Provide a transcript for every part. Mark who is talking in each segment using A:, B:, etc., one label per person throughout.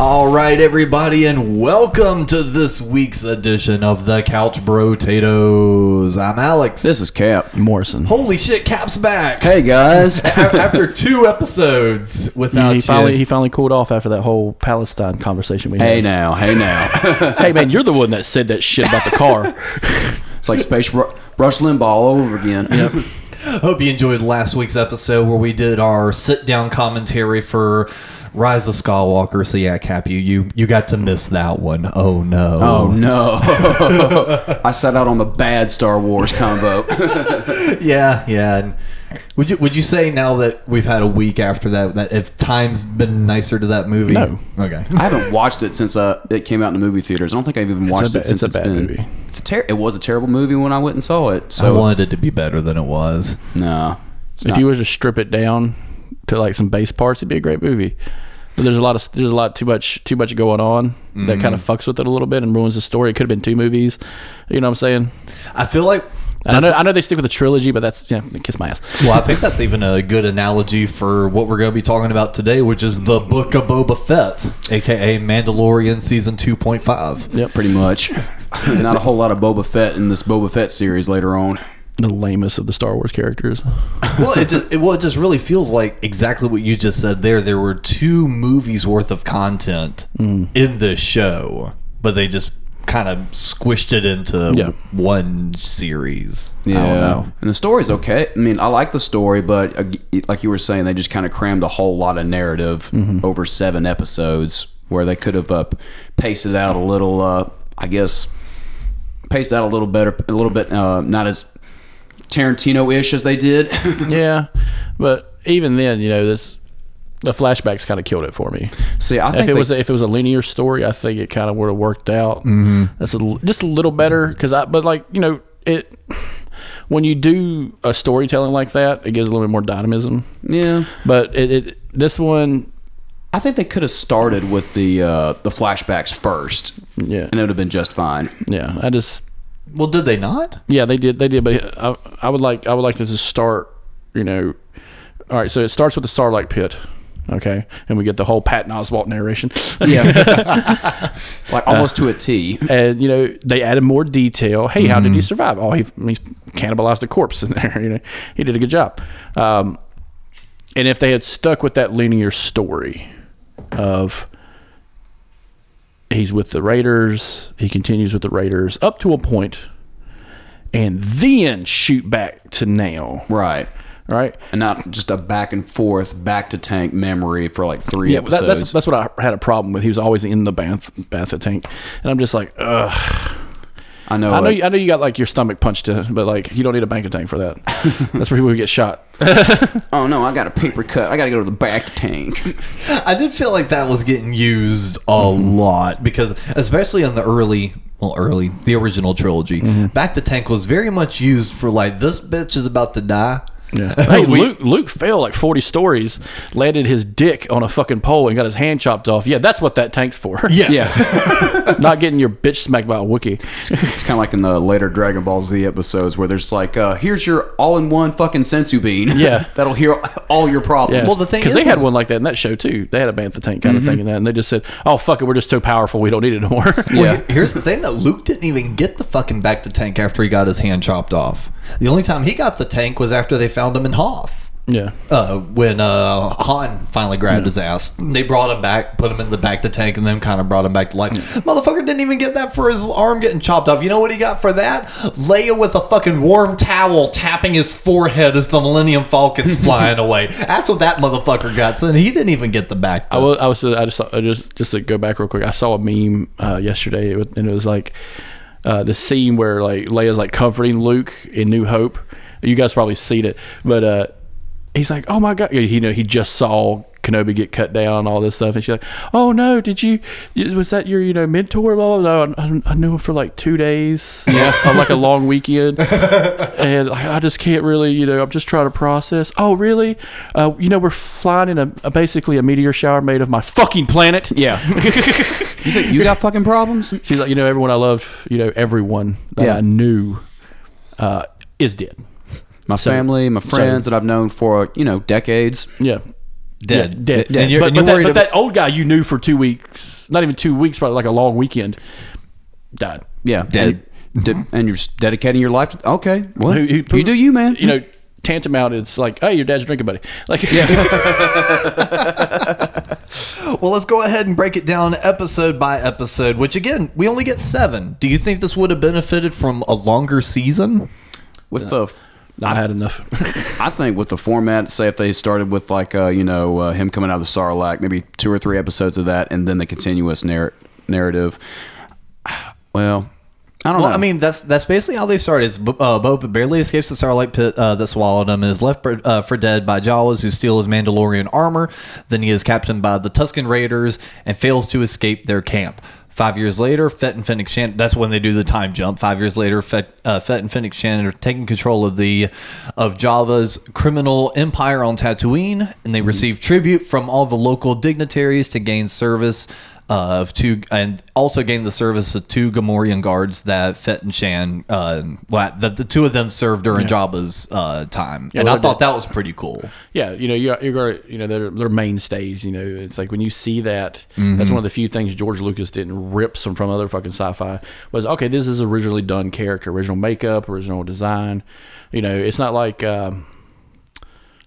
A: All right, everybody, and welcome to this week's edition of the Couch Potatoes. I'm Alex.
B: This is Cap.
C: Morrison.
A: holy shit, Cap's back
B: Hey guys.
A: A- after two episodes
C: Yeah,
A: without
C: he finally
A: you.
C: he finally cooled off after that whole Palestine conversation we
B: hey
C: had.
B: now. Hey now.
C: hey man, you're the one that said that shit about the car.
B: It's like space Ru- Rush Limbaugh all over again.
A: Hope you enjoyed last week's episode where we did our sit-down commentary for Rise of Skywalker. So yeah, Cap, you you, you got to miss that one. Oh no.
B: Oh no. I sat out on the bad Star Wars combo.
A: Yeah, yeah. And would you would you say now that we've had a week after that that if time's been nicer to that movie?
C: No.
A: Okay.
B: I haven't watched it since uh, it came out in the movie theaters. I don't think I've even watched
C: ba-
B: it since
C: it's a bad
B: been.
C: movie.
B: It's a ter- it was a terrible movie when I went and saw it.
A: I
B: So
A: wanted it to be better than it was.
B: no. It's
C: if
B: not-
C: you were to strip it down to like some base parts, it'd be a great movie. But there's a lot of there's a lot too much too much going on that kind of fucks with it a little bit and ruins the story. It could have been two movies. You know what I'm saying?
A: I feel like
C: And I
A: that's-
C: know I know they stick with the trilogy, but that's yeah, kiss my ass.
A: well, I think that's even a good analogy for what we're going to be talking about today, which is the Book of Boba Fett, aka Mandalorian season two point five.
C: Yep.
B: pretty much. not a whole lot of Boba Fett in this Boba Fett series later on.
C: The lamest of the Star Wars characters.
A: Well, it just it, well, it just really feels like exactly what you just said there. There were two movies worth of content in this show, but they just kind of squished it into
C: Yeah.
A: one series. I don't know.
B: And the story's okay. I mean, I like the story, but uh, like you were saying, they just kind of crammed a whole lot of narrative
C: Mm-hmm.
B: over seven episodes where they could have uh, paced it out a little, uh, I guess, paced out a little better, a little bit, uh, not as Tarantino ish as they did.
C: yeah. But even then, you know, this the flashbacks kind of killed it for me.
B: See, I think
C: if it
B: they-
C: was a, if it was a linear story, I think it kind of would have worked out.
B: Mm-hmm.
C: That's a, l- just a little better because I. But like you know, it when you do a storytelling like that, it gives a little bit more dynamism.
B: yeah.
C: But it, it this one,
B: I think they could have started with the uh, the flashbacks first,
C: yeah,
B: and it would have been just fine.
C: yeah. I just
A: Well, did they not?
C: yeah, they did they did. But I, I would like I would like to just start. You know, all right. So it starts with the Starlight Pit. Okay, and we get the whole Patton Oswalt narration.
B: Yeah, like
C: Uh,
B: almost to a T.
C: and you know they added more detail. Hey, how did he survive? Oh, he, he cannibalized a corpse in there. You know, he did a good job. Um, and if they had stuck with that linear story of he's with the Raiders, he continues with the Raiders up to a point, and then shoot back to now,
B: Right.
C: right?
B: and not just a back and forth, back to tank memory for like three
C: Yeah, but that,
B: episodes.
C: that's that's what I had a problem with. He was always in the bath bath tank, and I'm just like, ugh.
B: I know.
C: I know,
B: uh,
C: you, I know you got like your stomach punched, to, but like you don't need a bank tank for that. That's where people get shot.
B: oh no, I got a paper cut. I got to go to the back to tank.
A: I did feel like that was getting used a lot because, especially in the early, well, early, the original trilogy, Back to Tank was very much used for like, this bitch is about to die.
C: hey,
A: We-
C: Luke, Luke fell like forty stories, landed his dick on a fucking pole, and got his hand chopped off. Yeah, that's what that tank's for.
A: Yeah.
B: Yeah,
C: not getting your bitch smacked by a Wookiee.
B: it's kind of like in the later Dragon Ball Z episodes where there's like, uh, here's your all-in-one fucking sensu bean.
C: Yeah.
B: that'll heal all your
C: Yeah,
B: problems.
A: Well, the thing
C: because they
A: is- Mm-hmm.
C: had one like that in that show too. They had a bantha tank kind of thing in that, and they just said, "Oh fuck it, we're just so powerful, we don't need it anymore."
A: Well,
B: Yeah.
A: he- here's the thing that Luke didn't even get the fucking back to tank after he got his hand chopped off. The only time he got the tank was after they found him in Hoth.
C: yeah,
A: Uh, when uh, Han finally grabbed his ass, they brought him back, put him in the back to tank, and then kind of brought him back to life. Motherfucker didn't even get that for his arm getting chopped off. You know what he got for that? Leia with a fucking warm towel tapping his forehead as the Millennium Falcon's flying away. That's what that motherfucker got. So then he didn't even get the back.
C: I
A: To-
C: was, I was, I just, saw, I just, just to go back real quick. I saw a meme uh, yesterday, it was- and it was like, uh, the scene where like Leia's like comforting Luke in New Hope. You guys probably seen it, but uh, he's like, "Oh my god!" You know, he just saw Kenobi get cut down, all this stuff, and she's like, "Oh no, did you? Was that your you know mentor?" Blah blah. blah. No, I, I knew him for like two days, yeah, like a long weekend, and I I just can't really, you know, I'm just trying to process. Oh really? Uh, you know, we're flying in a, a basically a meteor shower made of my fucking planet.
B: Yeah. you think you got fucking problems?
C: She's like, you know, everyone I loved, you know, everyone that
B: Yeah.
C: I knew uh, is dead.
B: My
C: So-
B: family, my friends that I've known for you know decades.
C: Yeah.
A: Dead.
C: Yeah, dead.
A: And you're-
C: but
A: and
C: but
A: you're
C: that,
A: worried
C: but
A: about-
C: that old guy you knew for two weeks, not even two weeks, probably like a long weekend, died.
B: Yeah.
A: Dead.
B: And, de- and you're just dedicating your life. To, okay. Well,
C: Who- who-
B: you do you, man.
C: You know, tantamount, it's like, hey, your dad's drinking buddy. Like,
A: Well, let's go ahead and break it down episode by episode, which again, we only get seven. Do you think this would have benefited from a longer season?
B: with
C: uh,
B: the,
C: I had enough.
B: I think with the format, say if they started with like uh, you know uh, him coming out of the Sarlacc, maybe two or three episodes of that, and then the continuous narr- narrative. Well, I don't
A: Well,
B: know.
A: I mean, that's that's basically how they started. Is, Uh, Bo barely escapes the Starlight Pit uh, that swallowed him and is left for, uh, for dead by Jawas, who steal his Mandalorian armor. Then he is captured by the Tusken Raiders and fails to escape their camp. Five years later, Fett and Fennec Shan. That's when they do the time jump. Five years later, Fett, uh, Fett and Fennec Shan are taking control of the of Java's criminal empire on Tatooine, and they receive tribute from all the local dignitaries to gain service of two and also gained the service of two Gamorrean guards that Fett and Shan uh, well, that the two of them served during Jabba's uh, time, and
C: well,
A: I
C: they
A: thought
C: did.
A: that was pretty cool.
C: yeah, you know, you're, you're going to, you know, they're, they're mainstays, you know, it's like when you see that, that's one of the few things George Lucas didn't rip some from other fucking sci-fi was, okay, this is originally done character, original makeup, original design. You know, it's not like um,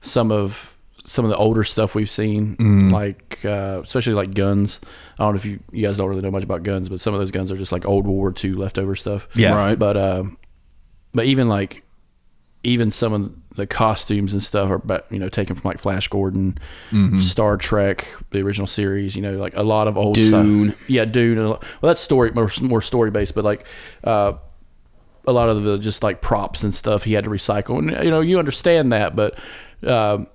C: some of some of the older stuff we've seen, like uh, especially like guns. I don't know if you, you guys don't really know much about guns, but some of those guns are just like old World War II leftover stuff.
A: Yeah.
B: Right.
C: But um, but even like even some of the costumes and stuff are but you know taken from like Flash Gordon,
A: Mm-hmm.
C: Star Trek, the original series. You know, like a lot of old
B: Dune.
C: Stuff. Yeah, Dune. And a lot, well, that's story more, more story based, but like. Uh, a lot of the just like props and stuff he had to recycle, and you know you understand that, but um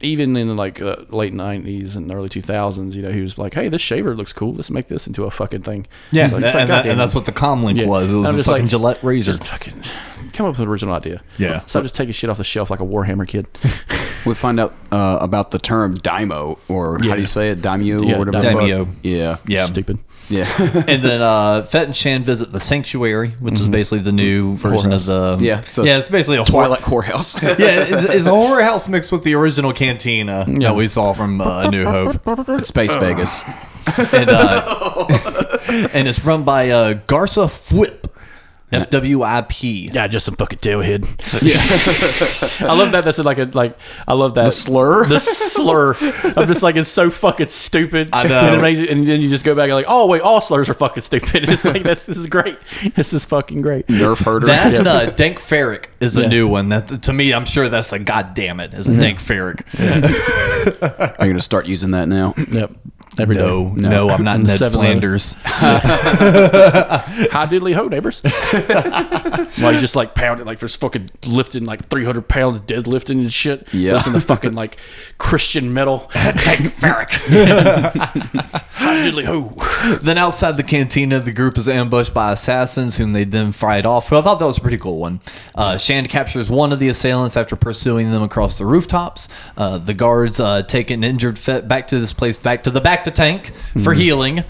C: even in like uh, late '90s and early 2000s, you know he was like, "Hey, this shaver looks cool. Let's make this into a fucking thing." It's like-
A: and,
C: it's like,
A: and that-
C: "Goddamn."
A: and that's what the comlink
C: Yeah.
A: was. It was
C: I'm
A: a
C: just
A: fucking
C: like,
A: Gillette razor.
C: Just fucking come up with an original idea.
A: Yeah.
C: Stop just taking shit off the shelf like a Warhammer kid.
B: we find out uh, about the term daimo, or how do you say it, daimyo,
C: Yeah,
B: or whatever.
A: daimyo.
B: the fuck. Yeah.
A: yeah,
C: Stupid.
B: Yeah.
A: and then uh, Fett and Shan visit the sanctuary, which
C: Mm-hmm.
A: is basically the new version of the
B: Yeah, so-
A: yeah. It's basically a horror-
B: Twilight courthouse.
A: yeah, it's, it's a horror house mixed with the original cantina that we saw from uh, New Hope.
B: It's Space Vegas.
A: and uh, and it's run by uh, Garza Fwip, F W I P.
C: Yeah, just some fucking tailhead. I love that. That's like a like. I love that the
B: slur?
C: The slur. I'm just like it's so fucking stupid.
A: I know.
C: And, it makes it- and then you just go back and like, oh wait, all slurs are fucking stupid. It's like this, this is great. This is fucking great.
B: Nerf herder.
A: That and uh, Dank Ferrick is a
C: Yeah.
A: new one. That to me, I'm sure that's the goddamn it is a Dank Ferrick.
B: I'm going to start using that now.
C: Yep. Every day.
A: No, no, I'm not
C: And the
A: Ned
C: 7-Eleven.
A: Flanders.
C: Hi diddly ho, neighbors. While he's just like pounding, like just fucking lifting like 300 pounds, deadlifting and shit.
B: Yeah.
C: Listen to fucking like Christian metal. Take Ferrick. Hi diddly ho.
A: then outside the cantina, the group is ambushed by assassins, whom they then fight off. Well, I thought that was a pretty cool one. Uh, Shand captures one of the assailants after pursuing them across the rooftops. Uh, the guards uh, take an injured Fett back to this place, back to the back to tank
B: Mm.
A: for healing.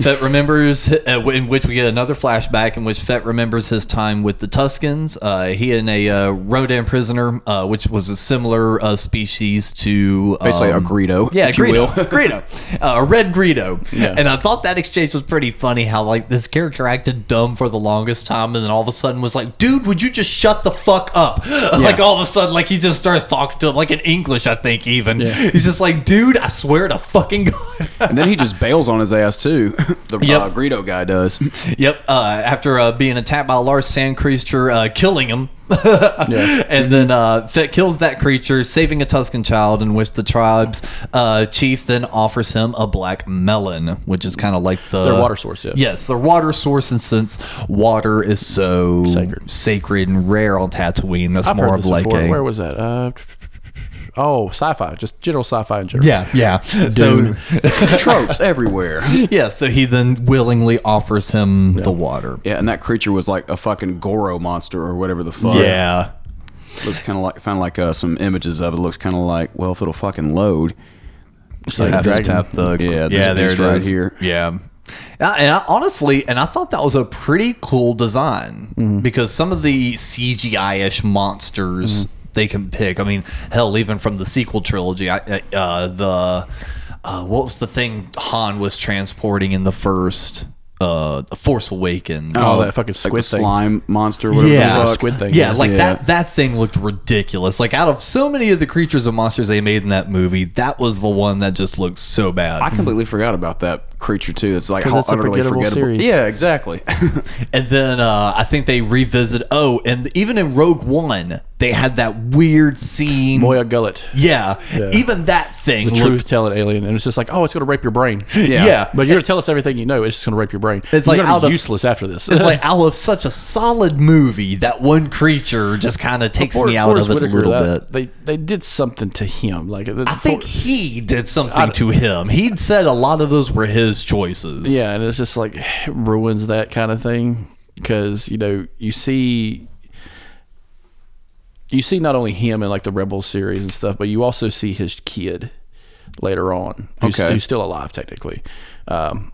A: Fett remembers, uh, in which we get another flashback in which Fett remembers his time with the Tuskens. Uh, he and a uh, Rodan prisoner, uh, which was a similar uh, species to
B: Basically
A: um,
B: a Greedo.
A: yeah,
B: if you
A: Greedo.
B: will.
A: Greedo. Uh, Red Greedo.
C: Yeah.
A: And I thought that exchange was pretty funny how, like, this character acted dumb for the longest time and then all of a sudden was like, dude, would you just shut the fuck up? Like, all of a sudden, like, he just starts talking to him, like, in English, I think, even. He's just like, dude, I swear to fucking God.
B: And then he just bails on his ass, too. the
A: Yep.
B: uh, Greedo guy does.
A: Yep. Uh, after uh, being attacked by a large sand creature, uh, killing him, and then uh, Fett kills that creature, saving a Tuscan child, in which the tribe's uh, chief then offers him a black melon, which is kind of like the
C: Their water source, yeah.
A: Yes, their water source, and since water is so
C: Sacred.
A: sacred and rare on Tatooine, that's
C: I've
A: more eh?
C: heard
A: of
C: this
A: like
C: before.
A: a
C: Where was that? Uh, oh, sci-fi, just general sci-fi in general.
A: yeah, yeah. So
B: Tropes everywhere.
A: yeah, so he then willingly offers him the water.
B: Yeah, and that creature was like a fucking Goro monster or whatever the fuck.
A: Yeah.
B: looks kind of like found like uh, some images of it. Looks kind of like well, if it'll fucking load.
C: It's like
A: Have
C: dragon-
A: just tap the
B: Yeah, this beast right here.
A: Yeah. Uh, And I, honestly, and I thought that was a pretty cool design
C: Mm-hmm.
A: because some of the CGI ish monsters
C: Mm-hmm.
A: they can pick. I mean, hell, even from the sequel trilogy, I, I- uh, the uh, what was the thing Han was transporting in the first uh, Force Awakens?
C: Oh, that
B: like
C: fucking
B: the
C: squid thing.
B: slime monster. Whatever
A: yeah,
B: the
C: fuck.
B: fuck.
C: squid thing,
A: Yeah,
C: yeah.
A: like
B: Yeah.
A: that. That thing looked ridiculous. Like out of so many of the creatures and monsters they made in that movie, that was the one that just looked so bad.
B: I completely forgot about that creature too. It's like how
C: it's a
B: utterly
C: forgettable
B: forgettable.
C: series.
B: Yeah, exactly.
A: And then uh, I think they revisit. Oh, and even in Rogue One, they had that weird scene.
C: Moya gullet.
A: yeah, even that thing
C: The
A: looked.
C: truth telling alien, and it's just like, oh, it's gonna rape your brain.
A: Yeah.
C: But you're gonna tell us everything you know. It's just gonna rape your brain.
A: It's like
C: You're gonna
A: out
C: be
A: of-
C: useless after this.
A: it's like out of such a solid movie, that one creature just kind of takes
C: For-
A: me out
C: Forrest
A: of it a
C: Whitaker,
A: little
C: that-
A: bit.
C: They they did something to him. Like
A: I think he did something to him. He'd said a lot of those were his choices.
C: Yeah, and it's just like it ruins that kind of thing because you know you see you see not only him in like the Rebel series and stuff, but you also see his kid later on, who's,
B: Okay.
C: who's still alive technically. Um,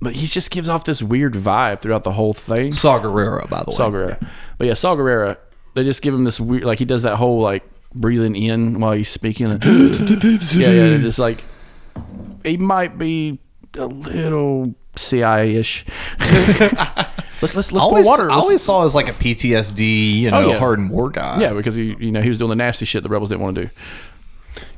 C: but he just gives off this weird vibe throughout the whole thing.
A: Saw Gerrera, by the way.
C: Saw Gerrera. But yeah, Saw Gerrera, they just give him this weird, like he does that whole like breathing in while he's speaking. And, yeah, yeah, and just like he might be a little CIA ish. let's let's let's
A: I
C: pour
A: always,
C: water.
A: I
C: Let's-
A: always saw it as like a PTSD, you know,
C: yeah.
A: hardened war guy.
C: yeah, because he you know he was doing the nasty shit the rebels didn't want to do.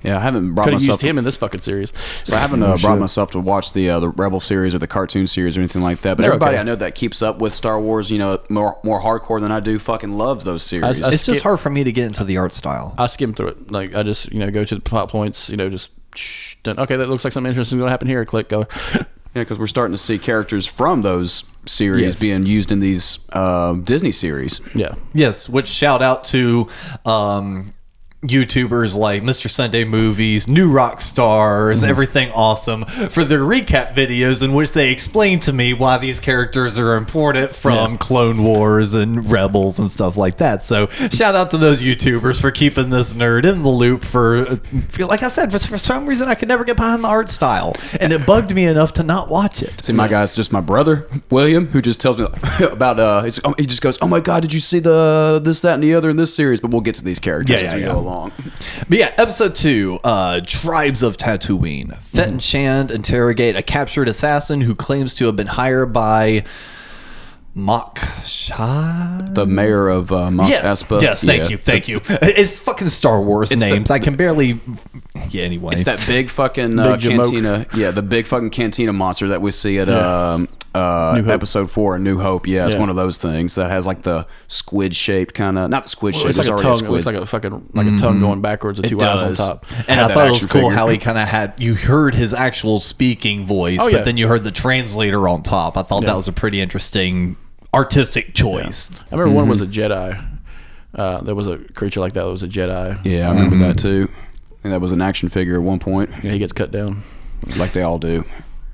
B: yeah, I haven't brought
C: Could have
B: myself.
C: used him in this fucking series.
B: I haven't uh, brought myself to watch the uh, the Rebel series or the cartoon series or anything like that. But
C: They're
B: everybody
C: okay.
B: I know that keeps up with Star Wars, you know, more more hardcore than I do, fucking loves those series.
C: I-
A: It's just
C: Skip-
A: hard for me to get into the art style.
C: I skim through it. Like I just you know go to the plot points. You know just shh, done. okay that looks like something interesting is going to happen here. Click go.
B: Yeah, because we're starting to see characters from those series being used in these uh, Disney series.
C: yeah.
A: Yes, which shout out to um, YouTubers like Mr. Sunday Movies, New Rock Stars, Everything Awesome for their recap videos in which they explain to me why these characters are important from Clone Wars and Rebels and stuff like that. So shout out to those YouTubers for keeping this nerd in the loop. For like I said, for, for some reason I could never get behind the art style, and it bugged me enough to not watch it.
B: See, my guy's just my brother William, who just tells me about. Uh, he's, oh, he just goes, "Oh my god, did you see the this, that, and the other in this series?" But we'll get to these characters
A: Yeah, yeah,
B: as we
A: yeah.
B: go along.
A: But yeah, episode two, uh, Tribes of Tatooine. Fett
B: Mm-hmm.
A: and Shand interrogate a captured assassin who claims to have been hired by Mok Shah.
B: The mayor of uh, Mos
A: Yes,
B: Espa.
A: yes, thank
B: Yeah.
A: you, thank you. It's fucking Star Wars
B: the-
A: names. I can barely. Yeah, anyway.
B: It's that big fucking uh,
C: Big Jamoke.
B: cantina. Yeah, the big fucking cantina monster that we see at um, uh,
C: New Hope.
B: episode four, in New Hope. Yeah, it's
C: Yeah.
B: one of those things that has like the squid shaped kind of not the squid shape.
C: It's
B: It's,
C: like a
B: already
C: tongue.
B: a
C: It looks
B: squid. Mm-hmm.
C: like a fucking like a tongue going backwards with two eyes on
B: does.
C: top.
A: and I
B: that
A: thought it was
B: action
A: cool
B: figure.
A: how he kind of had you heard his actual speaking voice,
C: Oh,
A: but
C: yeah.
A: then you heard the translator on top. I thought
C: Yeah.
A: that was a pretty interesting artistic choice.
C: I remember one
B: Mm-hmm.
C: was a Jedi. Uh, there was a creature like that. that was a Mm-hmm. Jedi.
B: Yeah, I remember that too. And that was an action figure at one point,
C: And he gets cut down.
B: like they all do.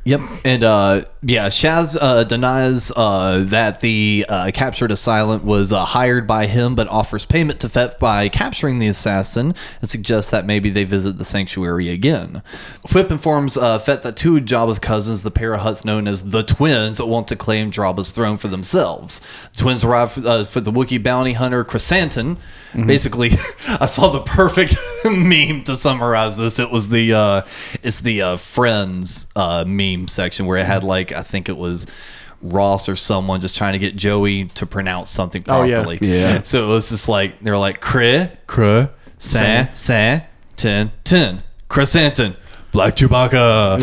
A: Yep, and uh, yeah, Shaz uh, denies uh, that the uh, captured assailant was uh, hired by him, but offers payment to Fett by capturing the assassin and suggests that maybe they visit the sanctuary again. Flip informs uh, Fett that two of Jabba's cousins, the pair of huts known as the Twins, want to claim Jabba's throne for themselves. The twins arrive uh, for the Wookiee bounty hunter Chrysanthemum.
C: Mm-hmm.
A: Basically, I saw the perfect meme to summarize this. It was the uh, it's the uh, friends uh, meme section where it
C: Mm-hmm.
A: had like I think it was Ross or someone just trying to get Joey to pronounce something
C: Oh, yeah.
A: properly.
B: Yeah.
A: So it was just like they're like cre cre san san ten ten chrysanthemum Black Chewbacca.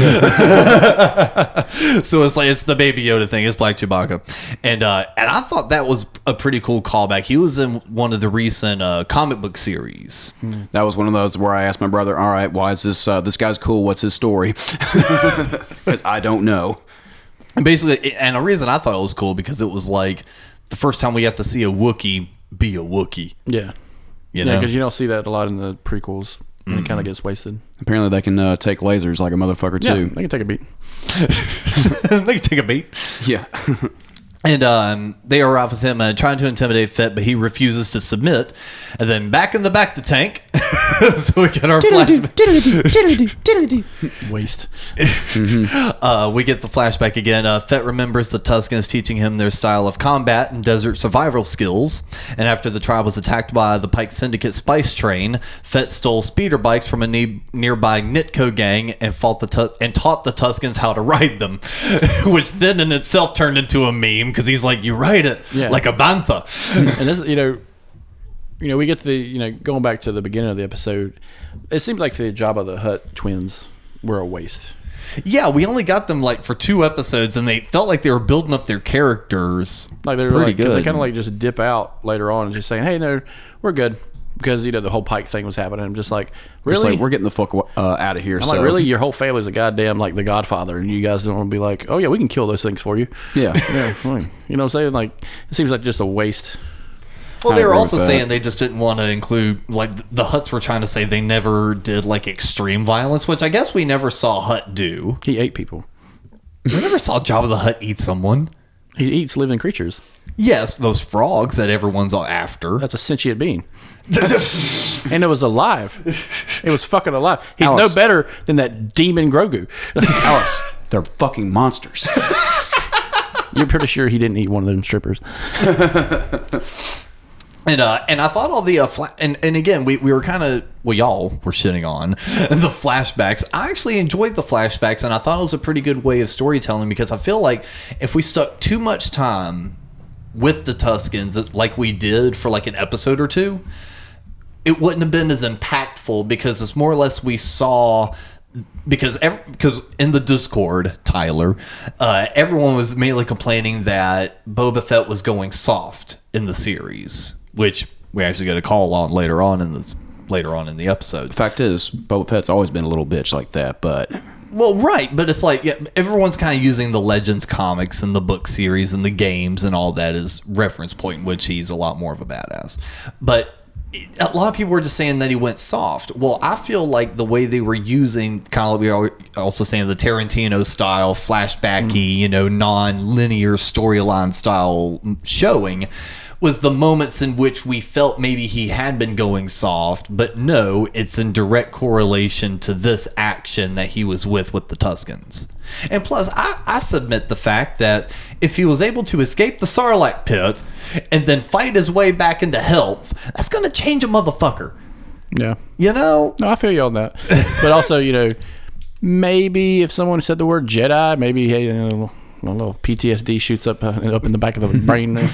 A: so it's like it's the Baby Yoda thing. It's Black Chewbacca, and uh, and I thought that was a pretty cool callback. He was in one of the recent uh, comic book series.
B: That was one of those where I asked my brother, "All right, why is this? Uh, this guy's cool. What's his story?" Because I don't know.
A: And basically, and a reason I thought it was cool because it was like the first time we got to see a Wookiee be a Wookiee.
C: Yeah.
A: You
C: Yeah,
A: know,
C: because you don't see that a lot in the prequels. And it kind of gets wasted.
B: Apparently, they can uh, take lasers like a motherfucker
C: Yeah,
B: too.
C: they can take a beat.
A: they can take a beat.
B: Yeah,
A: And um, they arrive with him uh, trying to intimidate Fett, but he refuses to submit. And then back in the back to tank. so we get our flashback.
C: Waste.
A: Uh, we get the flashback again. Uh, Fett remembers the Tuscans teaching him their style of combat and desert survival skills. And after the tribe was attacked by the Pike Syndicate spice train, Fett stole speeder bikes from a ne- nearby Nitco gang and fought the tu- and taught the Tuscans how to ride them, which then in itself turned into a meme because he's like, "You ride it
C: Yeah.
A: like a bantha."
C: and this, is you know, you know, we get to the, you know, going back to the beginning of the episode, it seemed like the Jabba the Hutt twins were a waste.
A: Yeah, we only got them like for two episodes, and they felt like they were building up their characters.
C: Like they were
B: Pretty
C: like, 'cause they
B: good.
C: kind of like just dip out later on and just saying, hey, no, we're good. Because, you know, the whole Pike thing was happening. I'm just like,
B: it's
C: really?
B: like we're getting the fuck uh, out of here.
C: I'm
B: so
C: like, really? Your whole family's a goddamn, like, the godfather. And you guys don't want to be like, oh, yeah, we can kill those things for you.
B: Yeah.
C: yeah. fine. You know what I'm saying? Like, it seems like just a waste.
A: Well, they
B: I
A: were
B: agree
A: also
B: with that.
A: saying they just didn't want to include like th- the Huts were trying to say they never did like extreme violence, which I guess we never saw Hut do.
C: He ate people.
A: We never saw Jabba the Hut eat someone.
C: He eats living creatures.
A: Yes, those frogs that everyone's all after.
C: That's a sentient being. and it was alive. It was fucking alive. He's
B: Alex.
C: no better than that demon Grogu.
B: Alex, they're fucking monsters.
C: You're pretty sure he didn't eat one of them strippers.
A: And uh, and I thought all the uh, fla- and and again we, we were kind of well y'all were shitting on the flashbacks. I actually enjoyed the flashbacks, and I thought it was a pretty good way of storytelling because I feel like if we stuck too much time with the Tuscans like we did for like an episode or two, it wouldn't have been as impactful because it's more or less we saw because ev- because in the Discord, Tyler, uh, everyone was mainly complaining that Boba Fett was going soft in the series, which we actually get a call on later on in this later on in the episode.
B: Fact is, Boba Fett's always been a little bitch like that, but
A: Well, right, but it's like yeah, everyone's kind of using the Legends comics and the book series and the games and all that as reference point, which he's a lot more of a badass. But it- a lot of people were just saying that he went soft. Well, I feel like the way they were using kind of we are also saying the Tarantino style flashbacky, you know, non-linear storyline style showing was the moments in which we felt maybe he had been going soft, but no, it's in direct correlation to this action that he was with with the Tuscans. And plus, I, I submit the fact that if he was able to escape the Sarlacc pit and then fight his way back into health, that's going to change a motherfucker.
C: Yeah.
A: You know?
C: No, I feel you on that. But also, you know, maybe if someone said the word Jedi, maybe hey, a little, a little PTSD shoots up uh, up in the back of the brain. there.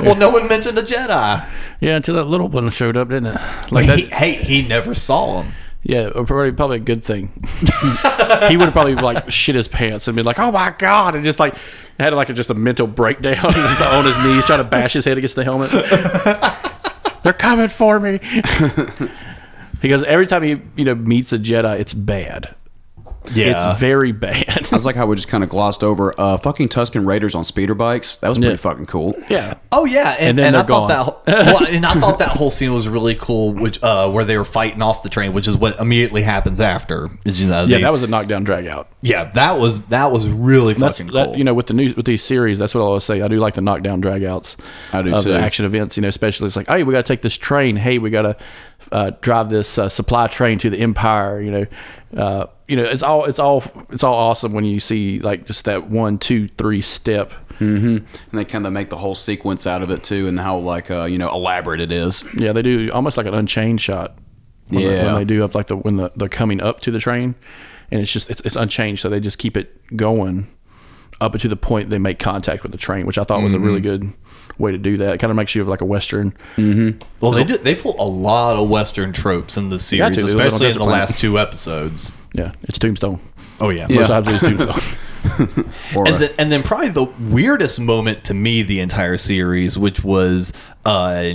A: Well, no one mentioned a Jedi.
C: Yeah, until that little one showed up, didn't it? Like
A: But
C: that.
A: he, hey, he never saw him.
C: Yeah, or probably probably a good thing. he would have probably like shit his pants and be like, "Oh my god!" and just like had like a, just a mental breakdown just on his knees, trying to bash his head against the helmet. They're coming for me. because every time he you know meets a Jedi, it's bad. It's very bad.
B: I was like how we just kind of glossed over uh, fucking Tuscan Raiders on speeder bikes. That was pretty
C: Yeah.
B: fucking cool.
C: yeah.
A: Oh yeah, and,
C: then
A: and I
C: they're
A: thought that
C: gone.
A: whole- well, and I thought that whole scene was really cool, which uh, where they were fighting off the train, which is what immediately happens after. Is you know,
C: Yeah,
A: they-
C: that was a knockdown drag out.
A: yeah, that was that was really
C: That's
A: fucking cool.
C: that, you know with the new with these series. That's what I always say. I do like the knockdown dragouts.
B: I do
C: of
B: too.
C: The action events, you know, especially it's like, hey, we got to take this train. Hey, we got to uh, drive this uh, supply train to the Empire. You know, uh, you know, it's all it's all it's all awesome when you see like just that one, two, three step.
B: And they kind of make the whole sequence out of it too, and how like uh, you know elaborate it is.
C: Yeah, they do almost like an unchained shot. When they,
B: Yeah.
C: when they do up like the when the, they're coming up to the train, and it's just it's, it's unchanged, so they just keep it going up to the point they make contact with the train, which I thought was a really
B: Mm-hmm.
C: good way to do that. It kind of makes you like a western.
A: well, they do, they pull a lot of Western tropes in this
C: got
A: series,
C: to. They live on a
A: especially in
C: desert
A: the
C: planet.
A: last two episodes.
C: Yeah, it's Tombstone.
A: Oh yeah.
C: Most obviously it's Tombstone.
B: Or,
A: And, then and then probably the weirdest moment to me the entire series, which was uh,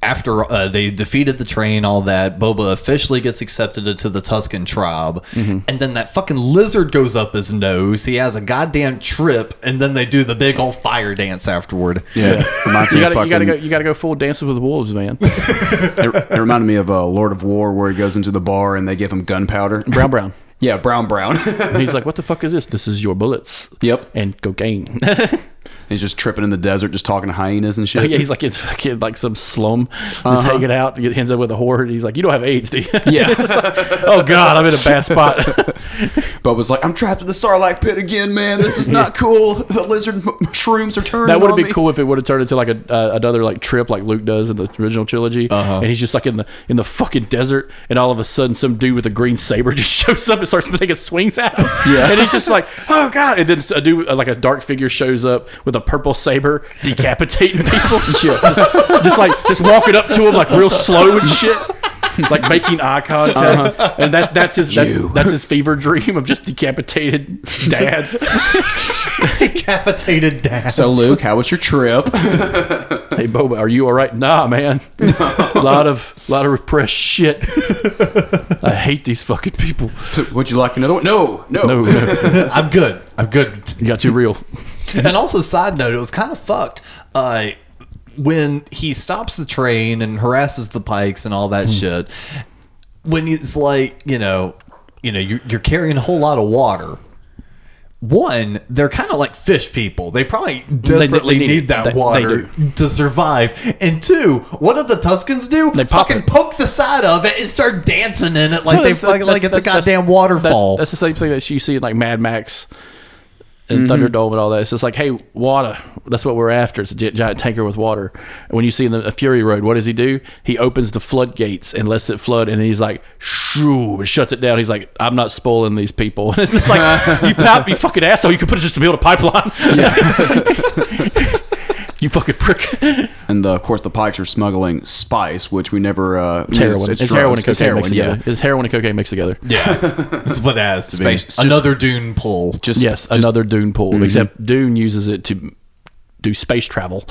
A: after uh, they defeated the train, all that. Boba officially gets accepted into the Tuscan tribe,
B: Mm-hmm.
A: and then that fucking lizard goes up his nose. He has a goddamn trip, and then they do the big old fire dance afterward.
B: yeah, reminds
C: you
B: me
C: gotta,
B: of
C: you gotta
B: fucking-
C: go. You gotta go full Dances with Wolves, man.
B: it, it reminded me of uh, Lord of War where he goes into the bar and they give him gunpowder.
C: Brown, brown.
B: Yeah, brown, brown.
C: And he's like, "What the fuck is this? This is your bullets."
B: Yep.
C: And cocaine.
B: He's just tripping in the desert, just talking to hyenas and shit.
C: yeah, he's like in fucking like some slum, just hanging out. He ends up with a horde. He's like, "You don't have AIDS, do you?"
B: Yeah.
C: It's like, oh God, I'm in a bad spot.
B: But was like, I'm trapped in the Sarlacc pit again, man. This is not cool. The lizard m- mushrooms are turning.
C: that would have
B: on
C: been
B: me."
C: cool if it would have turned into like a uh, another like trip like Luke does in the original trilogy, and he's just like in the in the fucking desert, and all of a sudden some dude with a green saber just shows up and starts taking swings at him, yeah, and he's just like, oh god, and then a dude uh, like a dark figure shows up with a purple saber, decapitating people, just, just like just walking up to him like real slow and shit. Like making eye contact, and that's that's his that's,
B: You.
C: that's his fever dream of just decapitated dads.
A: Decapitated dance.
B: So Luke, how was your trip?
C: Hey Boba, are you all right? Nah, man. A lot of lot of repressed shit. I hate these fucking people.
B: would you like another one? No, no.
C: No, no,
A: I'm good. I'm good.
C: you got too real.
A: and also, side note, it was kind of fucked. Uh, when he stops the train and harasses the pikes and all that
C: Hmm.
A: shit, when it's like you know, you know, you're, you're carrying a whole lot of water. One, they're kind of like fish people. They probably desperately
C: they
A: need,
C: need it.
A: that
C: They- they
A: water to survive. And two, what did the Tuscans do? They
C: pop
A: fucking
C: it.
A: poke the side of it and start dancing in it like they
C: That's-
A: fucking
C: that's-
A: like it's a
C: that's- that's-
A: goddamn
C: that's-
A: waterfall.
C: That's, the same thing that you see in like Mad Max and
A: Mm-hmm.
C: Thunderdome and all that. It's just like, hey, water. That's what we're after. It's a gi- giant tanker with water. And when you see in the a Fury Road, what does he do? He opens the floodgates and lets it flood, and he's like, shoo, and shuts it down. He's like, I'm not spoiling these people. And it's just like, you pop, you fucking asshole. You could put it just to build a pipeline. you fucking prick.
B: And the, of course, the Pikes are smuggling spice, which we never. Uh,
C: It's heroin. It's,
B: It's,
C: heroin and
B: drugs.
C: cocaine
B: It's heroin.
C: mixed
B: Yeah.
C: together. It's heroin and cocaine mixed together.
A: yeah, that's what it has to
B: Space-
A: be.
B: just-
A: Another Dune pull.
B: Just
C: yes,
B: just-
C: another Dune pool.
A: Mm-hmm.
C: Except Dune uses it to do space travel.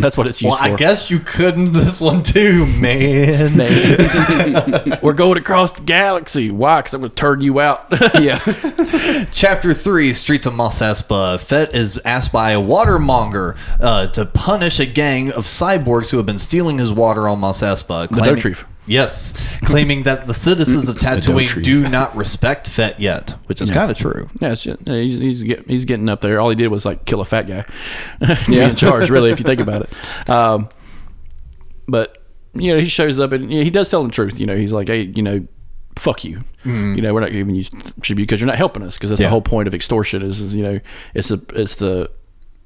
C: That's what it's
A: Well,
C: used
A: I
C: for.
A: guess you couldn't this one too, man.
C: We're going across the galaxy. Why? Because I'm going to turn you out.
B: yeah.
A: Chapter 3 Streets of Mos Espa. Fett is asked by a watermonger uh, to punish a gang of cyborgs who have been stealing his water on Mos Espa. claiming-
C: Dotrief.
A: Yes, claiming that the citizens of Tatooine
B: Dotrief.
A: do not respect Fett yet, which is kind of true.
C: yeah, it's, just- he's, he's, get, he's getting up there. All he did was like kill a fat guy. he's in charge, really, if you think about it. Um, but you know, he shows up and you know, he does tell him the truth. You know, he's like, hey, you know. Fuck you! You know we're not giving you tribute because you're not helping us. Because that's
A: Mm. Yeah.
C: the whole point of extortion is, is you know it's a it's the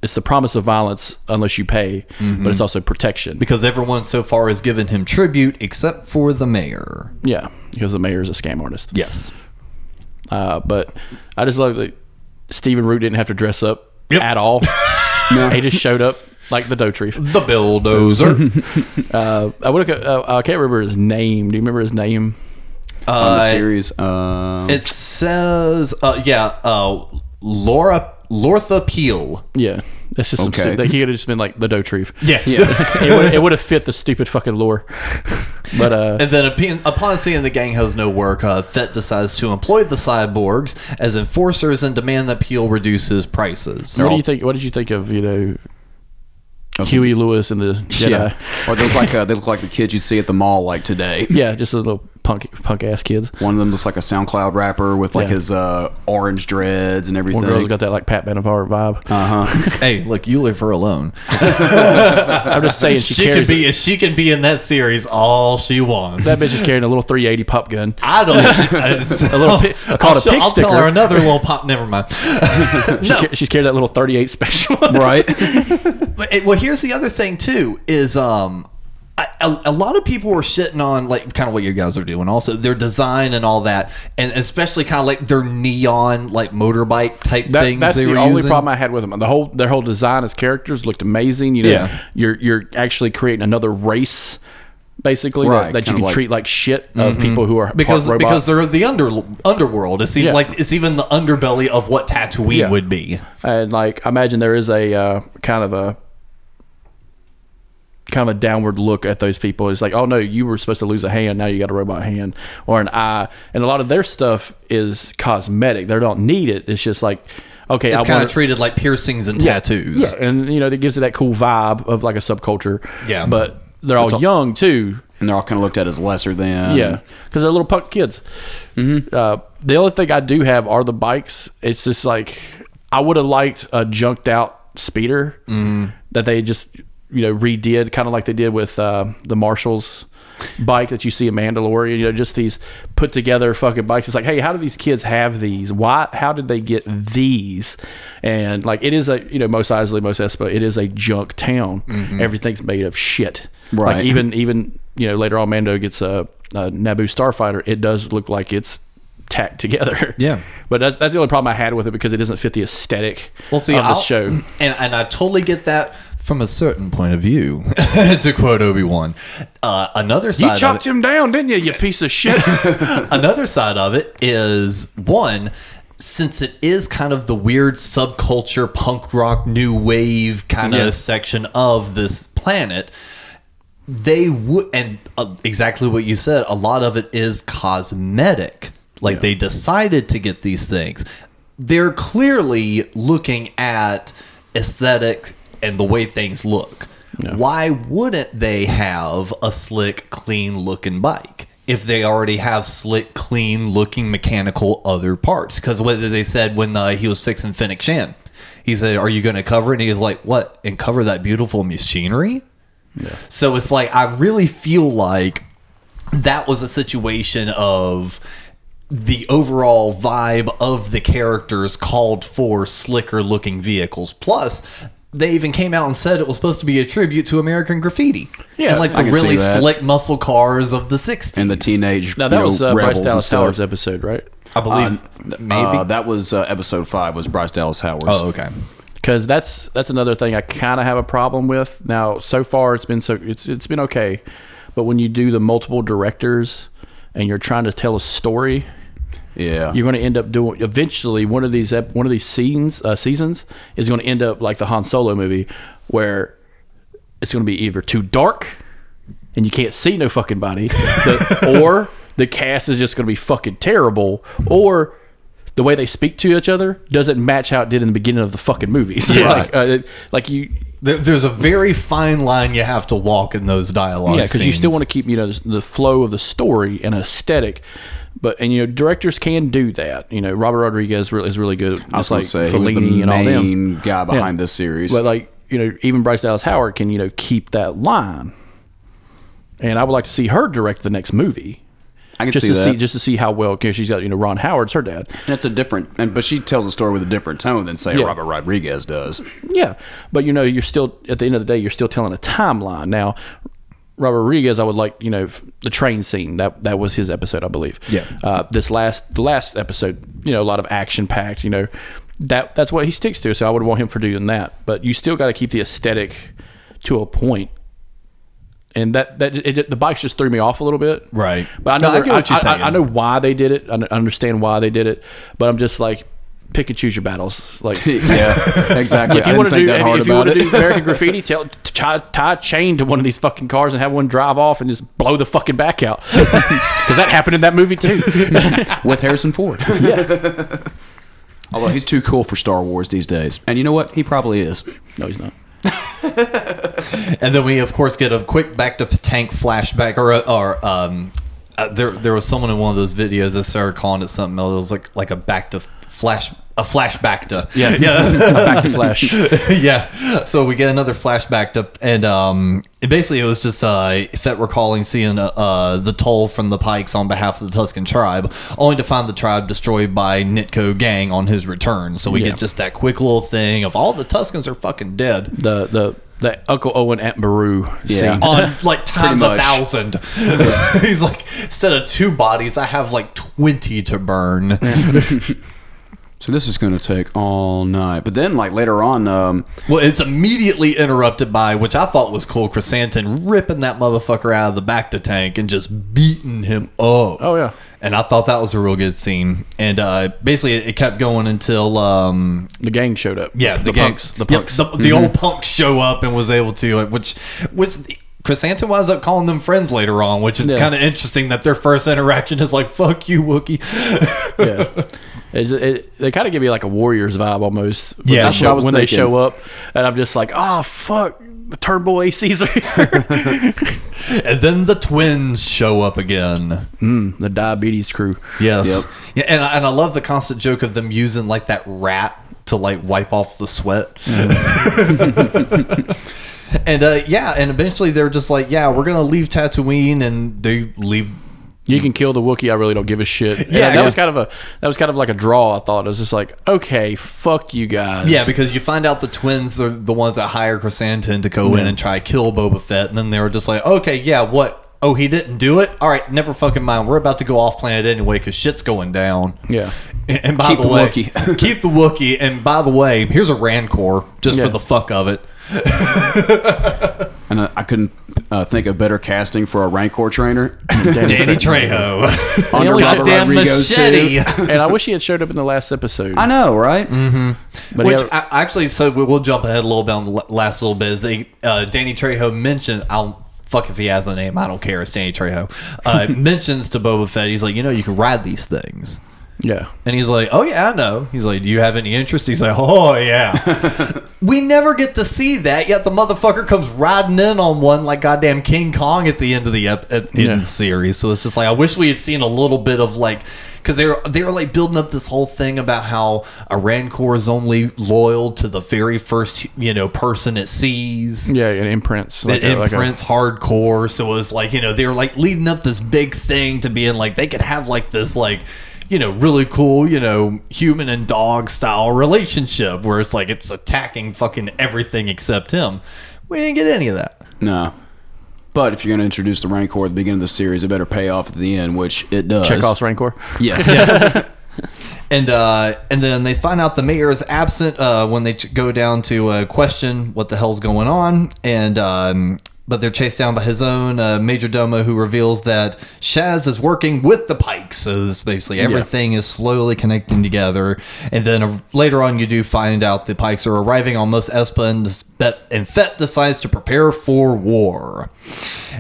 C: it's the promise of violence unless you pay, but it's also protection.
A: Mm-hmm. Because everyone so far has given him tribute except for the mayor.
C: Yeah, because the mayor is a scam artist.
A: Yes.
C: Uh, but I just love that Stephen Root didn't have to dress up
A: Yep.
C: at all. He just showed up like the Dotrief.
A: The bulldozer.
C: I would uh, I can't remember his name. Do you remember his name?
B: On the
A: Uh,
B: series. Um,
A: It says, uh, yeah, uh, Laura Lortha Peel.
C: Yeah, that's just some
B: Okay.
C: stupid. He could have just been like the Dotrief.
A: Yeah,
C: it would it would have fit the stupid fucking lore. But uh,
A: And then upon, upon seeing the gang has no work, uh, Fett decides to employ the cyborgs as enforcers and demand that Peel reduces prices.
C: what do you think? What did you think of you know? Huey Lewis and the Jedi.
B: yeah.
C: Yeah,
B: Or they look like uh, they look like the kids you see at the mall like today.
C: just a little punk punk ass kids.
B: One of them looks like a SoundCloud rapper with like
C: Yeah.
B: his uh, orange dreads and everything.
C: One girl's got that like Pat Benatar vibe.
A: hey, look, you leave her alone.
C: I'm just saying she,
A: She can
C: carries.
A: be she can be in that series all she wants.
C: that bitch is carrying a little 380 pop gun.
A: I don't. a
C: little pi- I call it a pig
A: I'll tell
C: sticker.
A: her another little pop. Never mind.
C: She's, ca- she's carried that little 38 special.
B: right.
A: But it- well, here's the other thing too is um. I- A, a lot of people were shitting on like kind of what you guys are doing also their design and all that and especially kind of like their neon like motorbike type
C: That-
A: things
C: that's
A: they
C: the
A: were
C: only
A: using.
C: problem I had with them. The whole their whole design as characters looked amazing. You know,
A: Yeah.
C: you're you're actually creating another race basically
B: Right,
C: that, that you
B: kinda
C: can
B: like-
C: treat like shit of people who are part
A: Mm-hmm. because
C: robot.
A: because they're the under underworld. It seems
C: Yeah.
A: like it's even the underbelly of what Tatooine
C: Yeah.
A: would be.
C: and like I imagine there is a uh, kind of a kind of a downward look at those people. It's like, oh no, you were supposed to lose a hand, now you got a robot hand or an eye, and a lot of their stuff is cosmetic. They don't need it. It's just like, okay,
A: It's
C: I
A: kind
C: want
A: of treated like piercings and tattoos.
C: yeah, and you know that gives it that cool vibe of like a subculture.
A: Yeah.
C: but they're all young too.
B: and they're all kind of looked at as lesser than.
C: Yeah, because they're little punk kids. Uh, the only thing I do have are the bikes. It's just like I would have liked a junked out speeder that they just you know redid, kind of like they did with uh, the Marshalls bike that you see in Mandalorian. You know, just these put together fucking bikes. It's like, hey, how do these kids have these? Why? How did they get these? And like, it is a you know Mos Eisley, Mos Espa. It is a junk town. Everything's made of shit. Like
B: Right.
C: even even even you know later on Mando gets a, a Naboo starfighter, it does look like it's tacked together.
A: Yeah.
C: but that's, that's the only problem I had with it because it doesn't fit the aesthetic
A: Well, see,
C: of the
A: I'll-
C: show.
A: and and I totally get that from a certain point of view. to quote Obi Wan, uh, another side of it,
C: him down, didn't you? You piece of shit.
A: another side of it is one since it is kind of the weird subculture punk rock new wave kind of
C: Yeah.
A: section of this planet they would and uh, exactly what you said a lot of it is cosmetic like they decided to get these things they're clearly looking at aesthetic and the way things look why wouldn't they have a slick clean looking bike if they already have slick clean looking mechanical other parts because whether they said when uh, he was fixing finnick shan he said are you going to cover it and he was like what and cover that beautiful machinery so it's like I really feel like that was a situation of the overall vibe of the characters called for slicker looking vehicles. Plus, they even came out and said it was supposed to be a tribute to American graffiti.
C: Yeah,
A: and like
C: I
A: the
B: can see
A: really
B: that.
A: slick muscle cars of the 60s.
B: And the teenage
C: now that
B: you know,
C: was uh,
B: rebels
C: Bryce
B: and
C: Dallas
B: stuff.
C: Howard's episode, right?
A: I believe
B: Uh,
A: maybe.
B: uh, that was uh, episode five. Was Bryce Dallas Howard's?
A: oh, okay.
C: because that's that's another thing I kind of have a problem with. Now, so far it's been so it's it's been okay, but when you do the multiple directors and you're trying to tell a story,
B: yeah.
C: you're going to end up doing eventually one of these ep- one of these scenes uh, seasons is going to end up like the Han Solo movie where it's going to be either too dark and you can't see no fucking body the, or the cast is just going to be fucking terrible or the way they speak to each other doesn't match how it did in the beginning of the fucking movie. So
A: Yeah.
C: like, uh, it- like you,
A: There, there's a very fine line you have to walk in those dialogue
C: yeah, because you still
A: scenes.
C: want to keep you know the flow of the story and aesthetic, but and you know directors can do that. You know Robert Rodriguez re- is really good.
B: I was
C: It's
B: gonna
C: like
B: say he was the
C: Fellini and all them.
B: main guy behind this series.
C: But like you know, even Bryce Dallas Howard can you know keep that line, and I would like to see her direct the next movie
B: I can
C: just
B: see
C: to
B: that.
C: see just to see how well because she's got you know Ron Howard's her dad.
B: That's a different, and but she tells a story with a different tone than say
C: Yeah.
B: Robert Rodriguez does.
C: Yeah, but you know, you're still at the end of the day, you're still telling a timeline. Now, Robert Rodriguez, I would like you know f- the train scene that that was his episode, I believe.
A: Yeah.
C: Uh, this last the last episode, you know, a lot of action packed. You know, that that's what he sticks to. So I would want him for doing that. But you still got to keep the aesthetic to a point. And that that it, the bikes just threw me off a little bit,
A: Right.
C: But I
A: No,
C: know
A: I
C: there-
A: get what you're
C: I, I,
A: saying.
C: I know why they did it. I n- understand why they did it. But I'm just like, pick and choose your battles. Like,
B: yeah, exactly.
C: if
B: I
C: you
B: didn't think
C: want to do,
B: that hard
C: if you
B: about
C: want to
B: it.
C: do American graffiti, tell, t- tie, tie a chain to one of these fucking cars and have one drive off and just blow the fucking back out. Because that happened in that movie too.
B: with Harrison Ford. Although he's too cool for Star Wars these days, and you know what? He probably is.
C: no, he's not.
A: And then we, of course, get a quick back to tank flashback, or or um, uh, there there was someone in one of those videos that started calling it something else. It was like like a back to flash, a flashback to yeah yeah
C: Back to Flash.
A: yeah. So we get another flashback to, and um, it basically it was just uh, Fett recalling seeing uh, uh the toll from the Pikes on behalf of the Tuscan tribe, only to find the tribe destroyed by Nitko gang on his return. So we
C: Yeah.
A: get just that quick little thing of all the Tuscans are fucking dead.
C: The the the Uncle Owen Aunt Baru
B: Yeah.
C: scene.
A: on like times a
B: much.
A: thousand. He's like, instead of two bodies, I have like twenty to burn.
B: So this is going to take all night. But then, like later on, um,
A: Well, it's immediately interrupted by, which I thought was cool, Chrysanthemum ripping that motherfucker out of the back to tank and just beating him up.
C: Oh, yeah.
A: And I thought that was a real good scene. And uh, basically, it, it kept going until um,
C: The gang showed up.
A: yeah,
C: the,
A: the, gang-
C: punks. The
A: Yep,
C: punks. Mm-hmm.
A: the, the old punks show up and was able to, uh, which which Chrysanthemum winds up calling them friends later on, which is
C: Yeah.
A: kind of interesting that their first interaction is like "fuck you, Wookie."
C: yeah. It's, it, they kind of give you like a Warriors vibe almost. When
A: Yeah,
C: they
A: that's
C: show,
B: what I was
C: when they
B: thinking.
C: show up, and I'm just like, oh fuck, the Turnbull ACs are here.
A: and then the twins show up again.
C: the diabetes crew.
A: Yes. Yeah, and I, and I love the constant joke of them using like that rat to like wipe off the sweat.
C: Mm-hmm.
A: and uh, yeah, and eventually they're just like, yeah, we're gonna leave Tatooine, and they leave.
C: You can kill the Wookiee. I really don't give a shit. And
A: Yeah,
C: that
A: yeah.
C: was kind of a that was kind of like a draw. I thought it was just like, okay, fuck you guys.
A: Yeah, because you find out the twins are the ones that hire Chrysanthemum to go in and try to kill Boba Fett, and then they were just like, okay, yeah, what? Oh, he didn't do it. All right, never fucking mind. We're about to go off planet anyway because shit's going down.
C: yeah,
A: And, and by
B: Keep
A: the,
B: the
A: way,
B: Wookiee.
A: keep the Wookiee. And by the way, here's a Rancor just
C: Yeah.
A: for the fuck of it.
B: and I, I couldn't uh, think of better casting for a Rancor trainer.
A: Danny Trejo.
B: Under
C: only
B: Robert
C: goddamn
B: Rodriguez, too.
C: and I wish he had showed up in the last episode.
B: I know, right?
C: but
A: Which
C: he,
A: I, actually, so we, we'll jump ahead a little bit on the la- last little bit. Is they, uh, Danny Trejo mentioned, I'll fuck if he has a name, I don't care. It's Danny Trejo. Uh, mentions to Boba Fett, he's like, you know, you can ride these things.
C: yeah,
A: And he's like, oh yeah, I know. He's like, do you have any interest? He's like, oh yeah. we never get to see that yet. The motherfucker comes riding in on one like goddamn King Kong at the end of the ep- at the end
C: Yeah.
A: of the series. So it's just like I wish we had seen a little bit of like because they were they were like building up this whole thing about how a Rancor is only loyal to the very first you know person it sees
C: yeah, and imprints.
A: that
C: Like a- like a-
A: imprints hardcore. So it was like, you know, they were like leading up this big thing to being like they could have like this like you know, really cool, you know, human and dog style relationship where it's like it's attacking fucking everything except him. We didn't get any of that.
B: No. But if you're going to introduce the Rancor at the beginning of the series, it better pay off at the end, which it does.
C: Chekhov's Rancor.
B: Yes.
A: And uh, and then they find out the mayor is absent uh, when they ch- go down to uh, question what the hell's going on. And um, but they're chased down by his own uh, majordomo, who reveals that Shaz is working with the Pikes. So this basically everything is slowly connecting together. And then uh, later on, you do find out the Pikes are arriving on Mos Espa, and, dis- Bet- and Fett decides to prepare for war.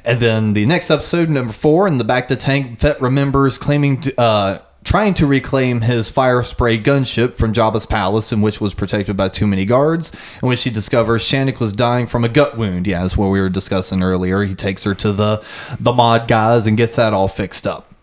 A: And then the next episode, number four, in the back to tank, Fett remembers claiming to. Uh, trying to reclaim his fire spray gunship from Jabba's palace, in which was protected by too many guards, in which he discovers Shannik was dying from a gut wound. Yeah, that's what we were discussing earlier. He takes her to the the mod guys and gets that all fixed up.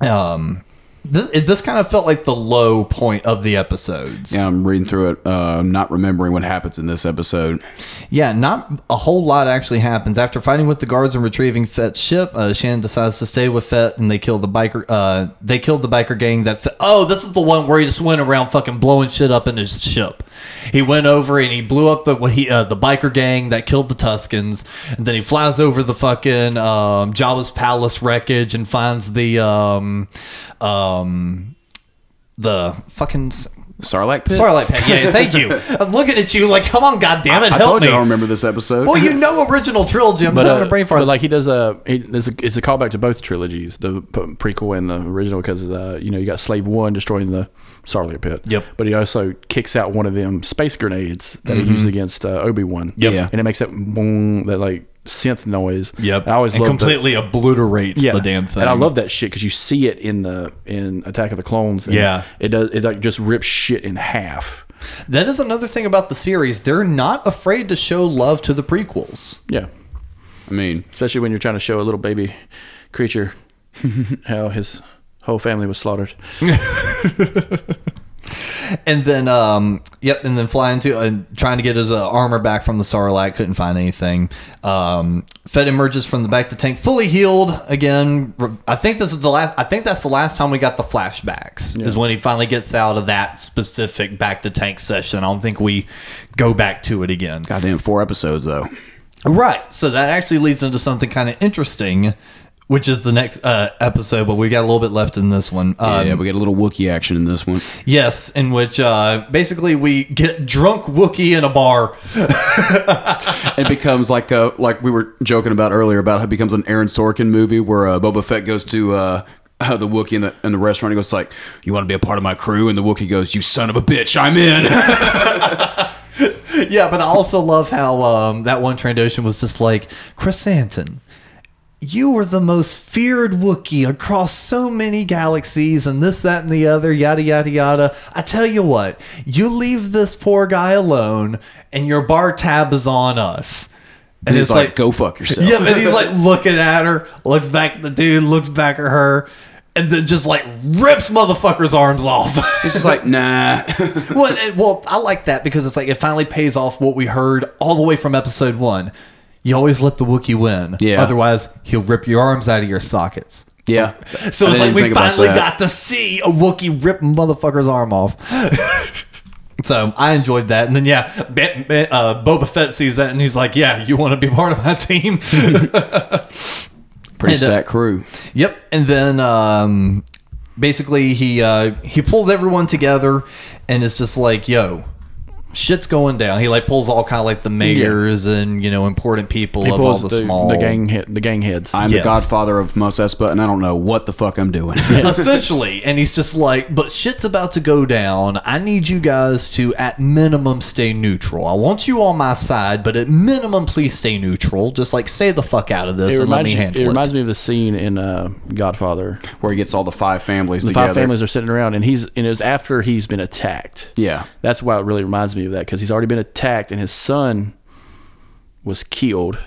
A: Um, this it- this kind of felt like the low point of the episodes.
B: Yeah, I'm reading through it. Uh, I'm not remembering what happens in this episode.
A: Yeah, not a whole lot actually happens. After fighting with the guards and retrieving Fett's ship, uh, Shannon decides to stay with Fett, and they kill the biker. Uh, they killed the biker gang. That Fett, oh, this is the one where he just went around fucking blowing shit up in his ship. He went over and he blew up the what he uh, the biker gang that killed the Tuscans, and then he flies over the fucking um, Jabba's palace wreckage and finds the um, um, the fucking. s-
B: Sarlacc pit.
A: Starlight Pack, yeah, thank you. I'm looking at you like, come on, goddamn it,
B: I
A: help
B: told
A: me.
B: you I don't remember this episode.
A: Well, you know original trilogy. I'm just
C: But,
A: having
C: uh,
A: a brain fart.
C: but, like he does a, he, there's a it's a callback to both trilogies, the p- prequel and the original, because uh, you know you got Slave One destroying the Sarlacc pit.
A: Yep.
C: But he also kicks out one of them space grenades that he used against uh, Obi Wan.
A: Mm-hmm. Yep.
B: Yeah.
C: And it makes that boong, that like synth noise.
A: yep.
C: And I always
A: and
C: love
A: completely obliterates the damn thing.
C: And I love that shit because you see it in the in Attack of the Clones. and
A: Yeah.
C: It does. It like just rips shit in half.
A: that is another thing about the series. They're not afraid to show love to the prequels.
C: Yeah.
B: I mean,
C: Especially when you're trying to show a little baby creature how his whole family was slaughtered.
A: And then, um, yep, and then flying to uh, trying to get his uh, armor back from the Sarlacc, couldn't find anything. Um, Fed emerges from the back to tank, fully healed again. Re- I think this is the last. I think that's the last time we got the flashbacks. Is when he finally gets out of that specific back to tank session. I don't think we go back to it again.
B: goddamn, four episodes though.
A: Right. So that actually leads into something kind of interesting, which is the next uh, episode, but we got a little bit left in this one. Um,
B: yeah, we get a little Wookiee action in this one.
A: Yes, in which uh, basically we get drunk Wookiee in a bar.
B: It becomes like uh like we were joking about earlier about how it becomes an Aaron Sorkin movie where uh, Boba Fett goes to uh, uh, the Wookiee in the, in the restaurant. He goes like, "You want to be a part of my crew?" And the Wookiee goes, "You son of a bitch, I'm in."
A: yeah, but I also love how um, that one Trandoshan was just like, Chrysanthemum, you were the most feared Wookiee across so many galaxies and this, that, and the other, yada, yada, yada. I tell you what, you leave this poor guy alone and your bar tab is on us. And,
B: And he's like, "Go fuck yourself."
A: Yeah, but he's like looking at her, looks back at the dude, looks back at her, and then just like rips motherfucker's arms off.
B: It's just like, nah.
A: well, and- well, I like that because it's like it finally pays off what we heard all the way from episode one. You always let the Wookiee win.
B: Yeah.
A: Otherwise, he'll rip your arms out of your sockets.
B: yeah.
A: So
B: I
A: it's
B: didn't
A: like we
B: think about
A: finally
B: that.
A: got to see a Wookiee rip motherfucker's arm off. so I enjoyed that. And then, yeah, Ba- Ba- uh, Boba Fett sees that and he's like, yeah, you want to be part of my team?
B: pretty
A: And, uh,
B: stacked crew.
A: Yep, and then um, basically he uh, he pulls everyone together, and it's just like, yo, shit's going down. He like pulls all kind of like the mayors and you know important people
C: He
A: of all
C: pulls
A: the,
C: the,
A: small
C: the gang hit the gang heads.
B: I'm
A: yes.
B: the godfather of Mos Espa, and I don't know what the fuck I'm doing.
A: essentially. And he's just like, but shit's about to go down. I need you guys to, at minimum, stay neutral. I want you on my side, but at minimum, please stay neutral. Just like stay the fuck out of this
C: it
A: and let me
C: reminds, you-
A: handle
C: it
A: it.
C: reminds me of the scene in uh, Godfather.
B: Where he gets all the five families
C: The
B: together.
C: five families are sitting around, and he's and it was after he's been attacked.
B: Yeah.
C: That's why it really reminds me of that because he's already been attacked and his son was killed.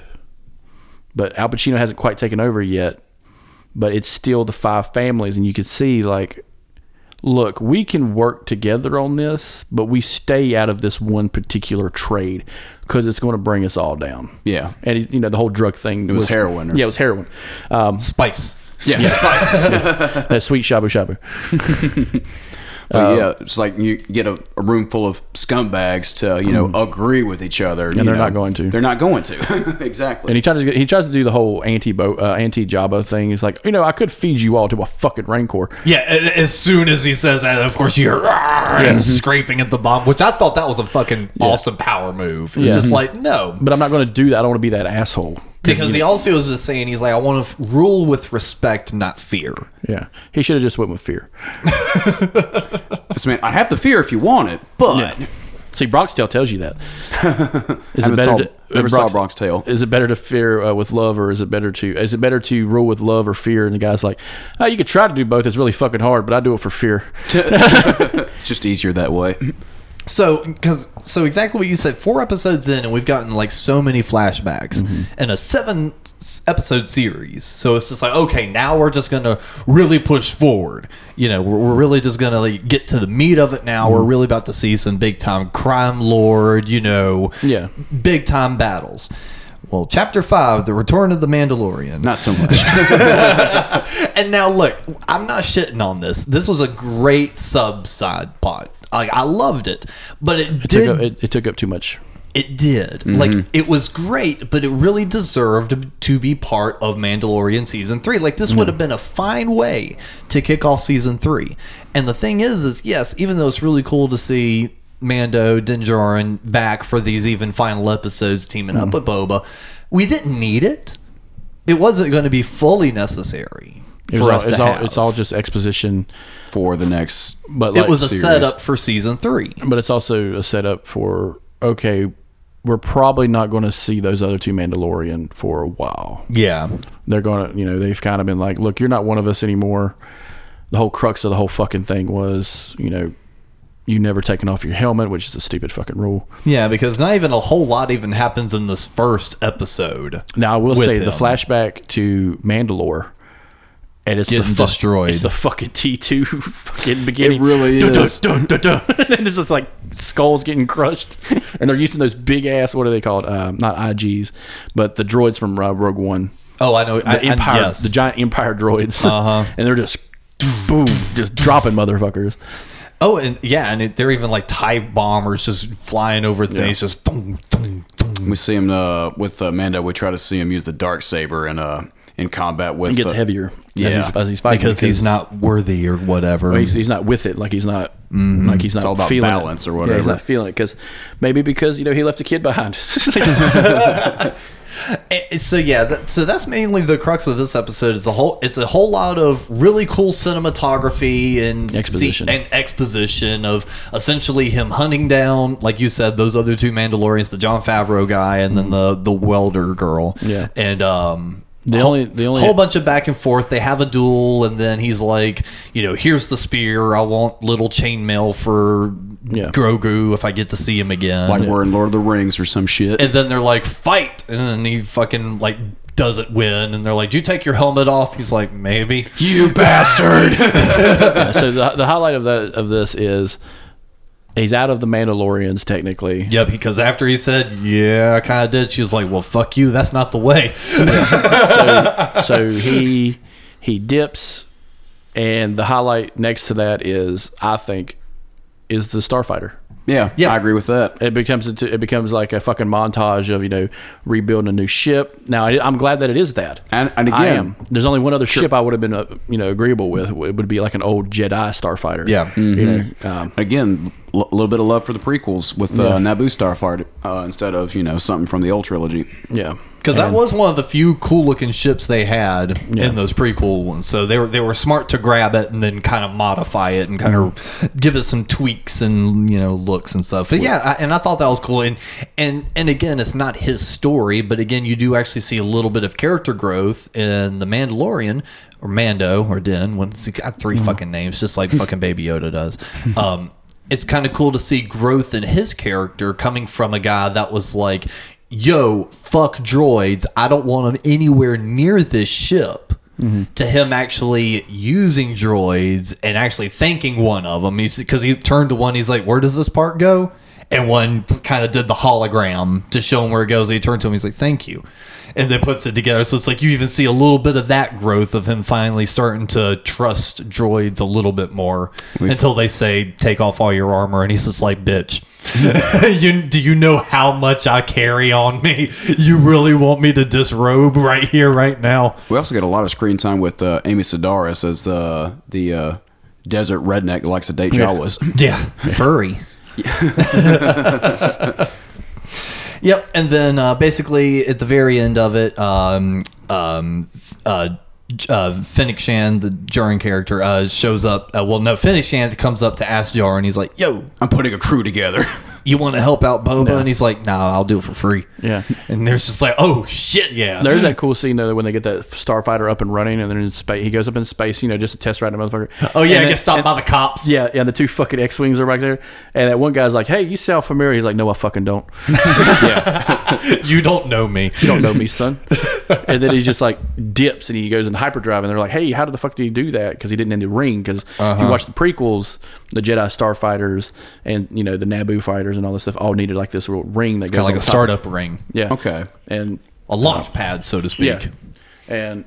C: But Al Pacino hasn't quite taken over yet. But it's still the five families, and you can see like, look, we can work together on this, but we stay out of this one particular trade because it's going to bring us all down.
B: Yeah.
C: And he- you know the whole drug thing. It
B: was heroin or-
C: yeah, it was heroin. Um,
A: Spice.
B: Yeah.
C: that sweet shabu shabu. Uh,
B: But yeah, it's like you get a, a room full of scumbags to, you know, agree with each other. And
C: Mm. they're not going to.
B: They're not going to. exactly.
C: And he tries to he tries to do the whole anti bo uh, anti Jabba thing. He's like, you know, I could feed you all to a fucking rancor.
A: Yeah, a- as soon as he says that, of course you hear "Rawr," and
C: Mm-hmm.
A: scraping at the bomb, which I thought that was a fucking awesome power move. It's just like no,
C: Mm-hmm. But I'm not going to do that. I don't want to be that asshole. 'Cause,
A: because
C: you
A: he also was just saying he's like, I want to f- rule with respect, not fear.
C: know, yeah, he should have just went with fear.
B: So, man, I have the fear if you want it, but
C: See, Broxdale tells you that. Is
B: Haven't saw- never saw
C: Brox-
B: Brock's tale.
C: Is it better to fear uh, with love, or is it better to is it better to rule with love or fear? And the guy's like, oh, you could try to do both. It's really fucking hard, but I do it for fear.
B: it's just easier that way.
A: So, because so exactly what you said. Four episodes in, and we've gotten like so many flashbacks in a seven s- episode series. So it's just like, okay, now we're just gonna really push forward. You know, we're, we're really just gonna like get to the meat of it now. We're really about to see some big time crime lord. You know,
C: Yeah.
A: big time battles. Well, chapter five, the return of the Mandalorian.
B: Not so much.
A: And now look, I'm not shitting on this. This was a great sub side pod. Like I loved it, but it,
C: Took
A: did
C: up- it, it took up too much.
A: it did.
C: Mm-hmm.
A: Like it was great, but it really deserved to be part of Mandalorian season 3. Like this would have been a fine way to kick off season 3. And the thing is is yes, even though it's really cool to see Mando Dinjarin back for these even final episodes teaming up
C: Mm-hmm.
A: with Boba, we didn't need it. It wasn't going to be fully necessary
C: It was
A: for
C: all,
A: us
C: it's,
A: to
C: all,
A: have.
C: it's all just exposition,
B: For the next.
C: but
A: it
C: like,
A: was a
B: series.
A: setup for season 3.
C: but it's also a setup for okay, we're probably not going to see those other two Mandalorian for a while.
A: Yeah.
C: They're going to, you know, they've kind of been like, look, you're not one of us anymore. The whole crux of the whole fucking thing was, you know, you never taking off your helmet, which is a stupid fucking rule.
A: Yeah, because not even a whole lot even happens in this first episode.
C: Now I will
A: With
C: say the
A: him.
C: flashback to Mandalore. And it's
A: Getting
C: the fuck,
A: destroyed.
C: It's the fucking T two fucking beginning.
B: really
C: Dun, dun,
B: is.
C: dun, dun, dun. and it's just like skulls getting crushed, and they're using those big ass. What are they called? Uh, not IGs, but the droids from uh, Rogue One.
A: Oh, I know. I,
C: The
A: I-
C: Empire,
A: yes.
C: the giant Empire droids, uh-huh. and they're just boom, just dropping motherfuckers.
A: oh, and yeah, and it, they're even like tie bombers just flying over things, just thung, thung, thung,
B: We see him uh, with uh, Mando. We try to see him use the dark saber in uh, in combat with.
C: It gets
B: uh,
C: heavier
B: yeah,
C: as, he's, as he's fighting
A: because he's not worthy or whatever.
C: he's, he's not with it. Like he's not like he's not
B: Mm. Mm-hmm. all about
C: feeling it.
B: balance or
C: Yeah, he's
B: whatever.
C: not feeling it because maybe because you know he left a kid behind.
A: Eh, so yeah, that, so that's mainly the crux of this episode. It's a whole it's a whole lot of really cool cinematography and se-
C: Exposition.
A: and exposition of essentially him hunting down, like you said, those other two Mandalorians, the John Favreau guy and then the the welder girl.
C: Mm-hmm. Yeah.
A: and um.
C: The
A: whole-
C: only- the only-
A: whole bunch of back and forth. They have a duel, and then he's like, you know, here's the spear. I want little chainmail for
C: Yeah.
A: Grogu if I get to see him again.
B: Like we're in Lord of the Rings or some shit.
A: And then they're like, fight. And then he fucking like doesn't win. And they're like, do you take your helmet off? He's like, maybe.
B: you bastard!
C: Yeah, so the, the highlight of the of this is he's out of the Mandalorians technically.
A: Yeah, because after he said, yeah, I kind of did, she was like, well, fuck you. That's not the way.
C: so he he dips, and the highlight next to that is I think is the starfighter.
B: yeah, yeah, I agree with that.
C: It becomes a t- it becomes like a fucking montage of you know rebuilding a new ship. Now I, am glad that it is that.
B: And, and
C: I
B: again,
C: am. There's only one other ship I would have been uh, you know agreeable with. It would be like an old Jedi starfighter.
A: Yeah.
C: you
A: Mm-hmm.
C: know. Um,
B: again, a little bit of love for the prequels with uh, Naboo Starfighter uh, instead of you know something from the old trilogy.
C: yeah.
A: Because that was one of the few cool looking ships they had in those prequel ones. So they were they were smart to grab it and then kind of modify it and kind of give it some tweaks and you know looks and stuff. But yeah, I, and I thought that was cool. And and and again, it's not his story, but again, you do actually see a little bit of character growth in the Mandalorian or Mando or Din. Once he got three fucking names, just like fucking Baby Yoda does. Um, it's kind of cool to see growth in his character coming from a guy that was like, yo, fuck droids. I don't want them anywhere near this ship. To him actually using droids and actually thanking one of them. He's because he turned to one, he's like, where does this part go? And one kind of did the hologram to show him where it goes. He turned to him, he's like, thank you. And then puts it together. So it's like you even see a little bit of that growth of him finally starting to trust droids a little bit more until they say, take off all your armor. And he's just like, bitch, you, do you know how much I carry on me? You really want me to disrobe right here, right now?
B: We also get a lot of screen time with uh, Amy Sedaris as the the uh, desert redneck that likes to date Jawas.
A: Yeah, furry. yep, and then uh, basically at the very end of it, um, um, uh, J- uh, Fennec Shan, the Jaren character, uh, shows up. Uh, well, no, Fennec Shan comes up to ask Jar, and he's like, "Yo,
B: I'm putting a crew together.
A: you want to help out Boba?" And he's like, "Nah, I'll do it for free."
C: Yeah.
A: and there's just like, "Oh shit, yeah."
C: There's that cool scene though when they get that starfighter up and running, and they're in space. He goes up in space, you know, just to test ride the motherfucker.
A: oh yeah,
C: And
A: I
C: then-
A: get stopped by the cops.
C: Yeah, yeah, the two fucking X Wings are right there. And that one guy's like, Hey, you sound familiar. He's like, No, I fucking don't.
A: you don't know me.
C: You don't know me, son. and then he just like dips and he goes in hyperdrive. And they're like, Hey, how did the fuck did he do that? Because he didn't end the ring. Because if you
A: Uh-huh.
C: watch the prequels, the Jedi starfighters and, you know, the Naboo fighters and all this stuff all needed like this little ring that goes
A: Kind of like
C: on
A: a
C: top.
A: startup ring,
C: Yeah.
B: Okay.
C: And,
A: a launch pad, so to speak.
C: yeah. And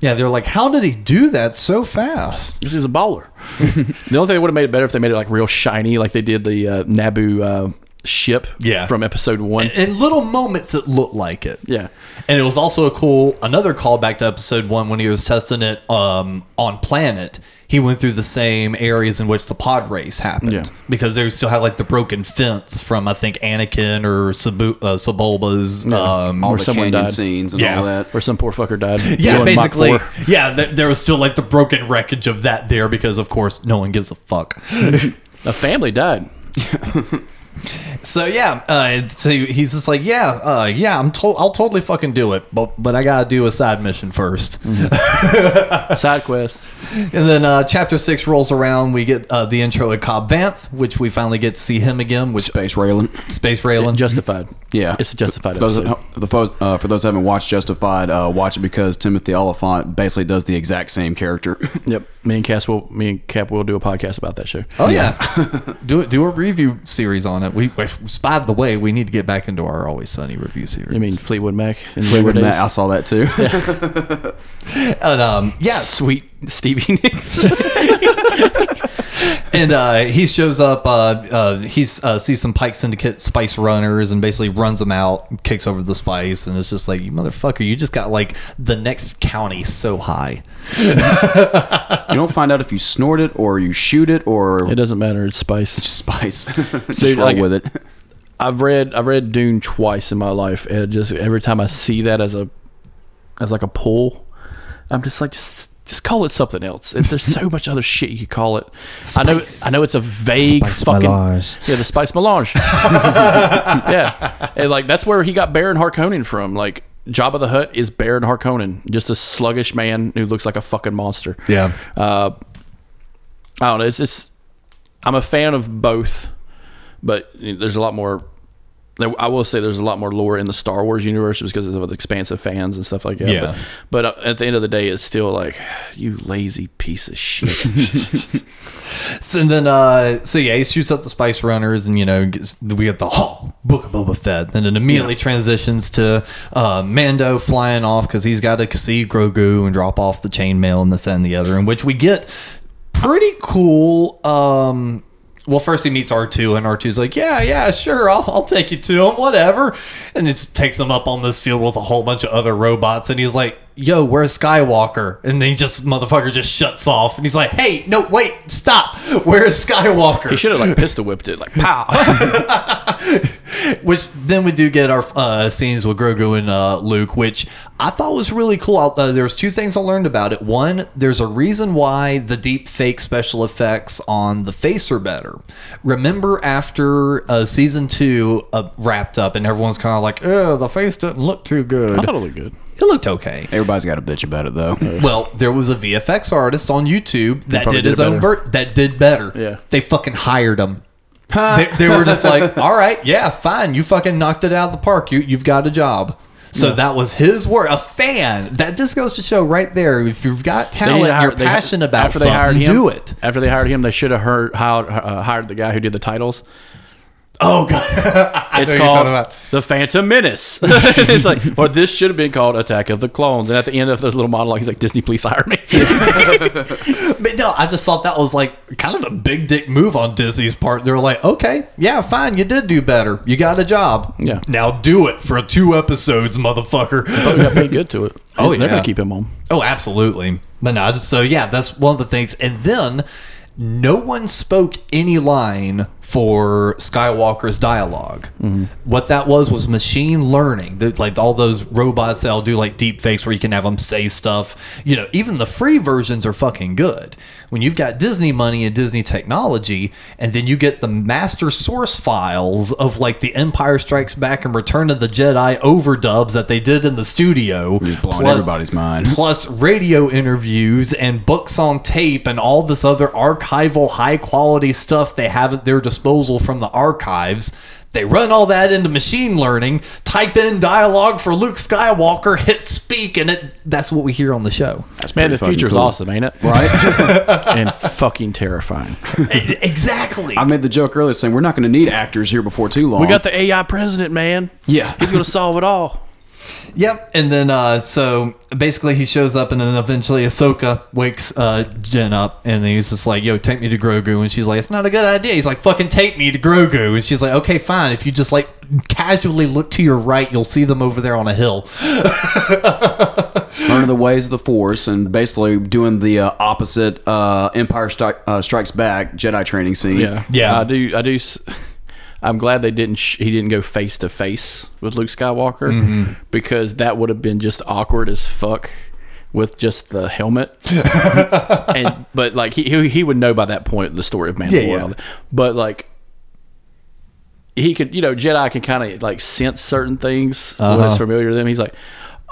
A: Yeah, they're like, how did he do that so fast?
C: This is a baller. the only thing that would have made it better if they made it like real shiny, like they did the uh, Naboo uh, ship
A: Yeah.
C: from episode one.
A: In little moments, it looked like it.
C: yeah.
A: And it was also a cool another callback to episode one when he was testing it um, on planet. He went through the same areas in which the pod race happened
C: Yeah.
A: because they still had like the broken fence from I think Anakin or Sabu- uh, Sebulba's. Um,
B: All
C: Or
B: the
C: someone
B: canyon
C: died.
B: scenes and
A: Yeah.
B: all that.
C: Or some poor fucker died.
A: yeah,
C: doing Mach
A: basically,
C: four.
A: yeah. Th- there was still like the broken wreckage of that there because, of course, no one gives a fuck.
C: A family died.
A: So yeah, uh, so he's just like, yeah, uh, yeah, I'm to- I'll totally fucking do it, but but I gotta do a side mission 1st
C: Mm-hmm. Side quest.
A: And then uh, chapter six rolls around, we get uh, the intro at Cobb Vanth, which we finally get to see him again, which
B: Space railing.
A: Space Railing.
C: Justified.
B: Yeah.
C: It's a justified
B: Those
C: episode.
B: that- the folks, uh, for those who haven't watched Justified, uh, watch it because Timothy Oliphant basically does the exact same character.
C: Yep. Me and Cass will me and Cap will do a podcast about that show.
A: oh yeah, do it. Do a review series on it. We, we by the way, we need to get back into our Always Sunny review series.
C: You mean Fleetwood Mac and
B: Fleetwood
C: Days?
B: Mac, I saw that too.
A: and, um, yeah,
C: Sweet Stevie Nicks.
A: and uh, he shows up. Uh, uh, he uh, sees some Pike Syndicate spice runners and basically runs them out, kicks over the spice, and it's just like, you motherfucker, you just got like the next county so high.
B: You don't find out if you snort it or you shoot it or
C: It doesn't matter. It's spice.
B: spice. Just
C: Dude,
B: roll
C: like-
B: with it.
C: I've read I've read Dune twice in my life, and it just every time I see that as a as like a pull, I'm just like just just call it something else. If there's so much other shit you could call it, I know I know it's a vague
D: Spice
C: fucking
D: melange.
C: yeah the spice melange yeah and like that's where he got Baron Harkonnen from like. Jabba the Hutt is Baron Harkonnen, just a sluggish man who looks like a fucking monster.
A: Yeah.
C: Uh, I don't know. It's it's. I'm a fan of both, but there's a lot more. there- I will say there's a lot more lore in the Star Wars universe because of the expansive fans and stuff like that.
A: Yeah.
C: But, but at the end of the day, it's still like you lazy piece of shit.
A: So, and then, uh, so yeah, he shoots up the Spice Runners, and you know, gets, we get the oh, Book of Boba Fett. And it immediately transitions to uh, Mando flying off because he's got to see Grogu and drop off the chainmail and this that, and the other, in which we get pretty cool. Um, well, first he meets R2, and R2's like, Yeah, yeah, sure, I'll, I'll take you to him, whatever. And it just takes him up on this field with a whole bunch of other robots, and he's like, Yo, where's Skywalker? And then he just, motherfucker, just shuts off, and he's like, Hey, no, wait, stop, where's Skywalker?
C: he should have like pistol whipped it, like pow.
A: which then we do get our uh, scenes with Grogu and uh, Luke, which I thought was really cool. Uh, there was two things I learned about it. One, there's a reason why the deep fake special effects on the face are better. Remember after uh, season two uh, wrapped up, and everyone's kind of like, "Oh, the face doesn't look too good."
C: I thought it looked good.
A: It looked okay.
B: Everybody's got a bitch about it though.
A: Well, there was a VFX artist on YouTube that
C: probably
A: did his
C: did
A: own
C: better.
A: ver- that did better.
C: Yeah.
A: They fucking hired him. they, they were just like, "All right, yeah, fine. You fucking knocked it out of the park. You you've got a job." So that was his word. A fan. That just goes to show right there. If you've got
C: They
A: talent,
C: need to hire-
A: you're
C: they-
A: passionate about
C: after they
A: something,
C: hired him,
A: do it.
C: After they hired him, they should have hired, hired, uh, hired the guy who did the titles.
A: Oh god.
C: it's
A: know what you're talking
C: called
A: about.
C: the Phantom Menace. it's like, or this should have been called Attack of the Clones. And at the end of this little monologue, he's like, "Disney, please hire me."
A: But no, I just thought that was like kind of a big dick move on Disney's part. They're like, okay, yeah, fine, you did do better. You got a job.
C: Yeah.
A: Now do it for two episodes, motherfucker.
C: But we got paid good to it.
A: Oh,
C: they're
A: yeah.
C: gonna keep him on.
A: Oh, absolutely. But no, just- so yeah, that's one of the things. And then no one spoke any line for Skywalker's dialog
B: Mm-hmm.
A: What that was was machine learning. That, Like all those robots that'll do like deep fakes where you can have them say stuff. You know, even the free versions are fucking good. When you've got Disney money and Disney technology, and then you get the master source files of like the Empire Strikes Back and Return of the Jedi overdubs that they did in the studio.
B: Just blowing everybody's mind.
A: Plus radio interviews and books on tape and all this other archival high quality stuff they have at their disposal from the archives. They run all that into machine learning, type in dialogue for Luke Skywalker, hit speak, and it that's what we hear on the show.
C: Man, the
B: fucking
C: future's
B: cool.
C: awesome, ain't it?
B: Right?
C: and fucking terrifying.
A: E- exactly.
B: I made the joke earlier saying we're not going to need actors here before too long.
C: We got the AI president, man.
B: Yeah.
C: he's gonna solve it all.
A: Yep, and then uh, so basically he shows up, and then eventually Ahsoka wakes uh, Jen up, and then he's just like, "Yo, take me to Grogu," and she's like, "It's not a good idea." He's like, "Fucking take me to Grogu," and she's like, "Okay, fine. If you just like casually look to your right, you'll see them over there on a hill."
B: learning the ways of the Force and basically doing the uh, opposite uh, Empire Stri- uh, Strikes Back Jedi training scene.
C: Yeah,
A: Yeah.
C: I do. I do. s- I'm glad they didn't. Sh- he didn't go face to face with Luke Skywalker
A: Mm-hmm.
C: because that would have been just awkward as fuck with just the helmet. and but like he, he he would know by that point the story of Mandalore.
A: yeah.
C: And all that. But like he could, you know, Jedi can kind of like sense certain things when
A: Uh-huh.
C: it's familiar to them. He's like,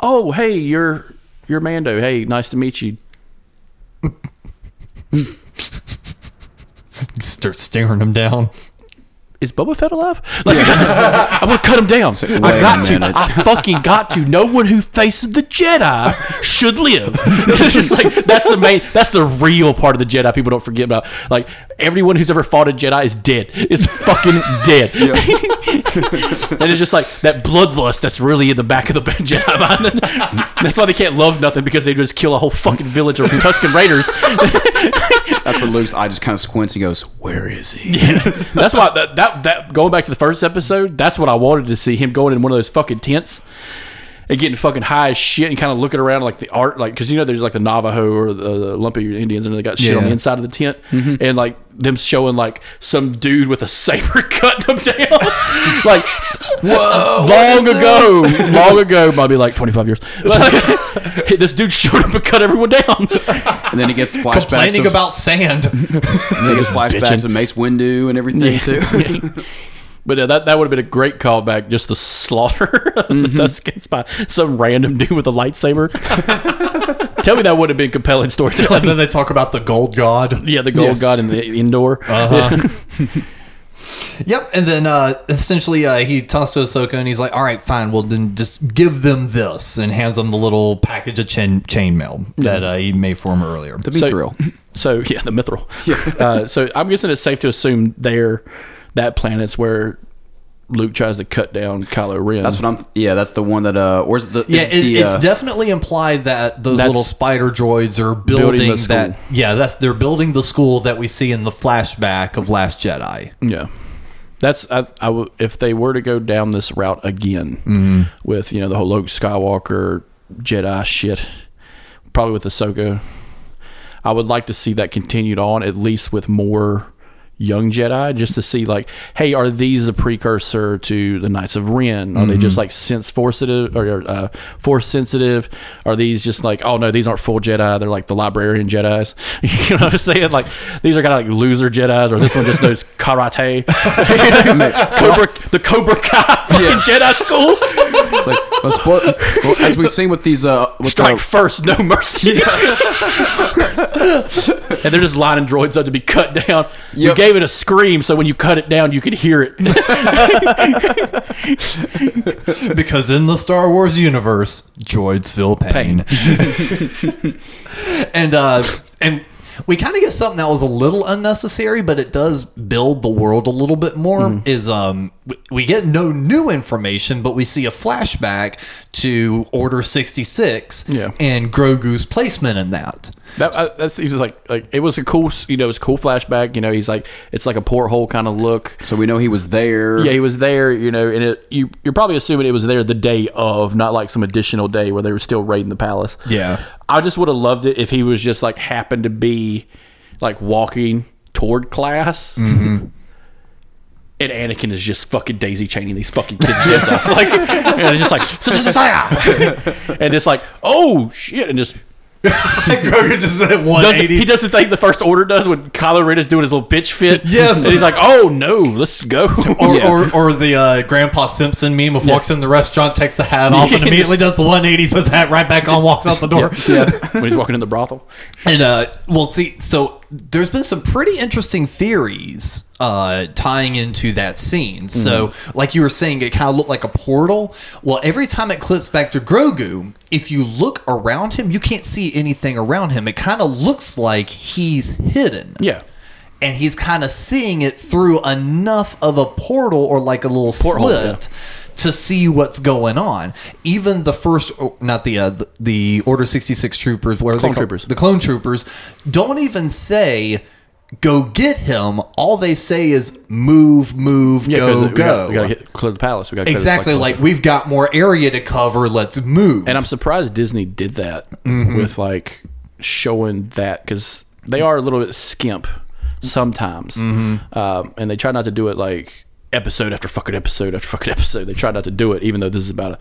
C: "Oh, hey, you're you're Mando. Hey, nice to meet you."
A: Start staring him down.
C: is Boba Fett alive? Like, I'm gonna cut him down. I
B: wait
C: got
B: a
C: to.
B: minute.
C: I fucking got to. No one who faces the Jedi should live. it's just like that's the main. That's the real part of the Jedi. People don't forget about. Like everyone who's ever fought a Jedi is dead. Is fucking dead. and it's just like that bloodlust that's really in the back of the Jedi mind. that's why they can't love nothing because they just kill a whole fucking village of Tusken Raiders.
B: That's where Luke's eye just kind of squints and goes, "Where is he?"
C: that's why that, that that going back to the first episode, that's what I wanted to see him going in one of those fucking tents and getting fucking high as shit and kind of looking around like the art, like because you know there's like the Navajo or the, the Lumpy Indians and they got shit on the
A: Yeah.
C: inside of the tent and like them showing like some dude with a saber cutting them down, like whoa, long ago, long ago, might be like 25 years. Like, this dude showed up and cut everyone down.
B: And then he gets flashbacks
A: Complaining
B: of,
A: about sand.
B: and then he gets flashbacks
C: Bitchin'.
B: of Mace Windu and everything too.
C: But uh, that that would have been a great callback, just the slaughter of
B: Mm-hmm.
C: the Tuskens by some random dude with a lightsaber. Tell me that would have been compelling
A: and
C: storytelling.
A: then they talk about the gold god.
C: Yeah, the gold
B: Yes. Uh,
C: god in the indoor.
A: Yep. And then uh, essentially uh, he talks to Ahsoka and he's like, all right, fine. Well, then just give them this and hands them the little package of chain chainmail that uh, he made for him earlier.
B: The
C: So-
B: Mithril.
C: So yeah, the mithril. Uh, so I'm guessing it's safe to assume there, that planet's where Luke tries to cut down Kylo Ren.
B: That's what I'm. Yeah, that's the one that. Uh, where's the?
A: Yeah,
B: is
A: it,
B: the,
A: it's
B: uh,
A: definitely implied that those
C: That's-
A: little spider droids are
C: Building the
A: building,
C: school.
A: that. Yeah, that's they're building the school that we see in the flashback of Last Jedi.
C: Yeah, that's I, I w- if they were to go down this route again
B: Mm-hmm.
C: with you know the whole Luke Skywalker Jedi shit, probably with Ahsoka. I would like to see that continued on at least with more young Jedi, just to see like, hey, are these the precursor to the Knights of Ren? Are they just like sense sensitive or uh, force sensitive? Are these just like, oh no, these aren't full Jedi. They're like the librarian Jedi's. You know what I'm saying? Like these are kind of like loser Jedi's, or this one just knows karate. Cobra, the Cobra Kai fucking Jedi school.
B: It's like, well, spoil- well, as we've seen with these. Uh, with
C: Strike
B: the-
C: first, no mercy. and they're just lining droids up to be cut down. You
B: Yep.
C: gave it a scream, so when you cut it down, you could hear it.
A: because in the Star Wars universe, droids feel pain. and uh, and we kind of get something that was a little unnecessary, but it does build the world a little bit more.
C: Mm-hmm.
A: Is um, w- we get no new information, but we see a flashback to Order sixty six
C: Yeah.
A: and Grogu's placement in that.
C: that, I, that seems like like it was a cool, you know, it was a cool flashback. You know, he's like it's like a porthole kind of look.
B: so we know he was there.
C: Yeah, he was there, you know, and it you you're probably assuming it was there the day of, not like some additional day where they were still raiding the palace.
A: Yeah.
C: I just would have loved it if he was just like happened to be like walking toward class.
A: Mm-hmm.
C: And Anakin is just fucking daisy chaining these fucking kids' heads off. Like, and it's just like, "Sa-sa-sa-sa-ya!" and it's like, oh shit, and just
A: Grogu just at one
C: doesn't, he doesn't think the first order does when Kylo Ren is doing his little bitch fit.
A: Yes.
C: and he's like, oh no, let's go.
A: Or,
B: Yeah.
A: or, or the uh, Grandpa Simpson meme of walks in the restaurant, takes the hat off, and
C: Yeah.
A: immediately does the 180, puts the hat right back on, walks out the door.
C: when he's walking in the brothel.
A: And uh, well, see, so there's been some pretty interesting theories uh, tying into that scene. So, like you were saying, it kind of looked like a portal. Well, every time it clips back to Grogu, if you look around him, you can't see anything around him. It kind of looks like he's hidden
C: Yeah.
A: and he's kind of seeing it through enough of a portal or like a little
C: Porthole,
A: slit to see what's going on. Even the first, oh, not the uh, the, the Order sixty six troopers, what are
C: Clone
A: they called?
C: troopers.
A: The clone troopers don't even say. Go get him. All they say is move, move,
C: Yeah, 'cause
A: go,
C: we Gotta,
A: go.
C: we gotta hit, clear the palace. We gotta clear this,
A: exactly.
C: the-
A: Like, we've got more area to cover. Let's move.
C: and I'm surprised Disney did that
A: Mm-hmm.
C: with like showing that because they are a little bit skimp sometimes,
A: Mm-hmm.
C: um, and they try not to do it like episode after fucking episode after fucking episode. They try not to do it, even though this is about a,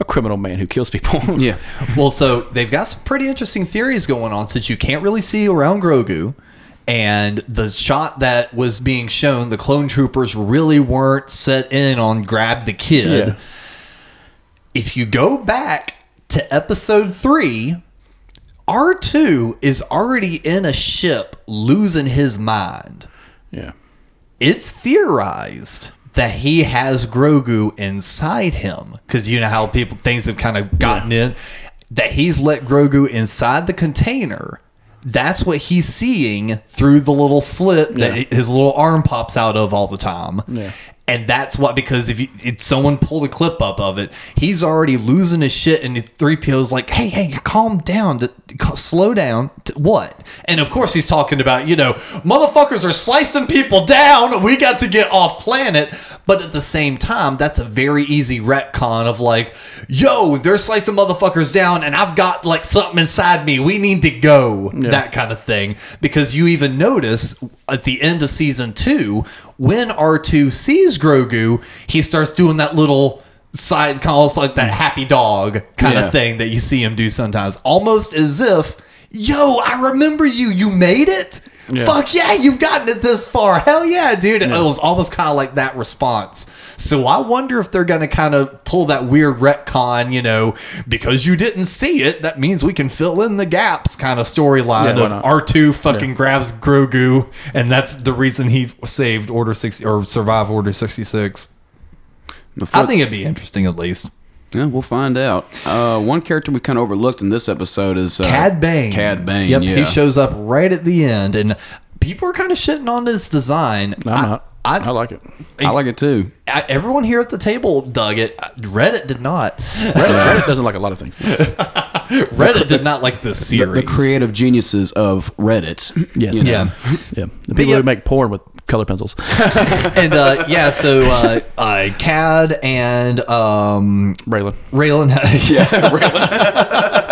C: a criminal man who kills people.
B: Yeah.
A: well, so they've got some pretty interesting theories going on since you can't really see around Grogu. And the shot that was being shown, the clone troopers really weren't set in on grab the kid.
C: Yeah.
A: If you go back to episode three, R2 is already in a ship losing his mind.
C: yeah.
A: It's theorized that he has Grogu inside him because you know how people things have kind of gotten in that he's let Grogu inside the container. That's what he's seeing through the little slit that his little arm pops out of all the time.
C: Yeah.
A: And that's what because if, you, if someone pulled a clip up of it, he's already losing his shit, and three PO's like, "Hey, hey, calm down, d- d- slow down, t- what? And of course, he's talking about, you know, motherfuckers are slicing people down. We got to get off planet. But at the same time, that's a very easy retcon of like, yo, they're slicing motherfuckers down, and I've got like something inside me. We need to go. That kind of thing. Because you even notice at the end of season two, when R2 sees Grogu, he starts doing that little side calls like that happy dog kind
B: Yeah.
A: of thing that you see him do sometimes, almost as if, yo, I remember you. You made it. Fuck yeah, you've gotten it this far. Hell yeah, dude. And It was almost kind of like that response. So I wonder if they're going to kind of pull that weird retcon, you know, because you didn't see it, that means we can fill in the gaps kind of storyline
C: Yeah, why
A: of
C: not?
A: R2 fucking grabs Grogu, and that's the reason he saved Order 60 or survived Order 66.
B: Before-
A: I think it'd be interesting at least.
B: Yeah, we'll find out. Uh, one character we kind of overlooked in this episode is uh,
A: Cad Bane.
B: Cad Bane.
A: Yep,
B: yeah.
A: he shows up right at the end, and people are kind of shitting on his design.
C: I'm
A: I-
C: not. I,
A: I,
C: like it.
B: I like it too.
A: I- everyone here at the table dug it. Reddit did not.
C: Reddit doesn't like a lot of things.
A: Reddit did not like this
B: The,
A: series.
B: the creative geniuses of Reddit.
C: Yes.
B: you know.
A: Yeah.
C: Yeah. The people
A: yeah.
C: who make porn with color pencils.
A: and uh, yeah, so uh, uh, Cad and um,
C: Raylan.
A: Raylan,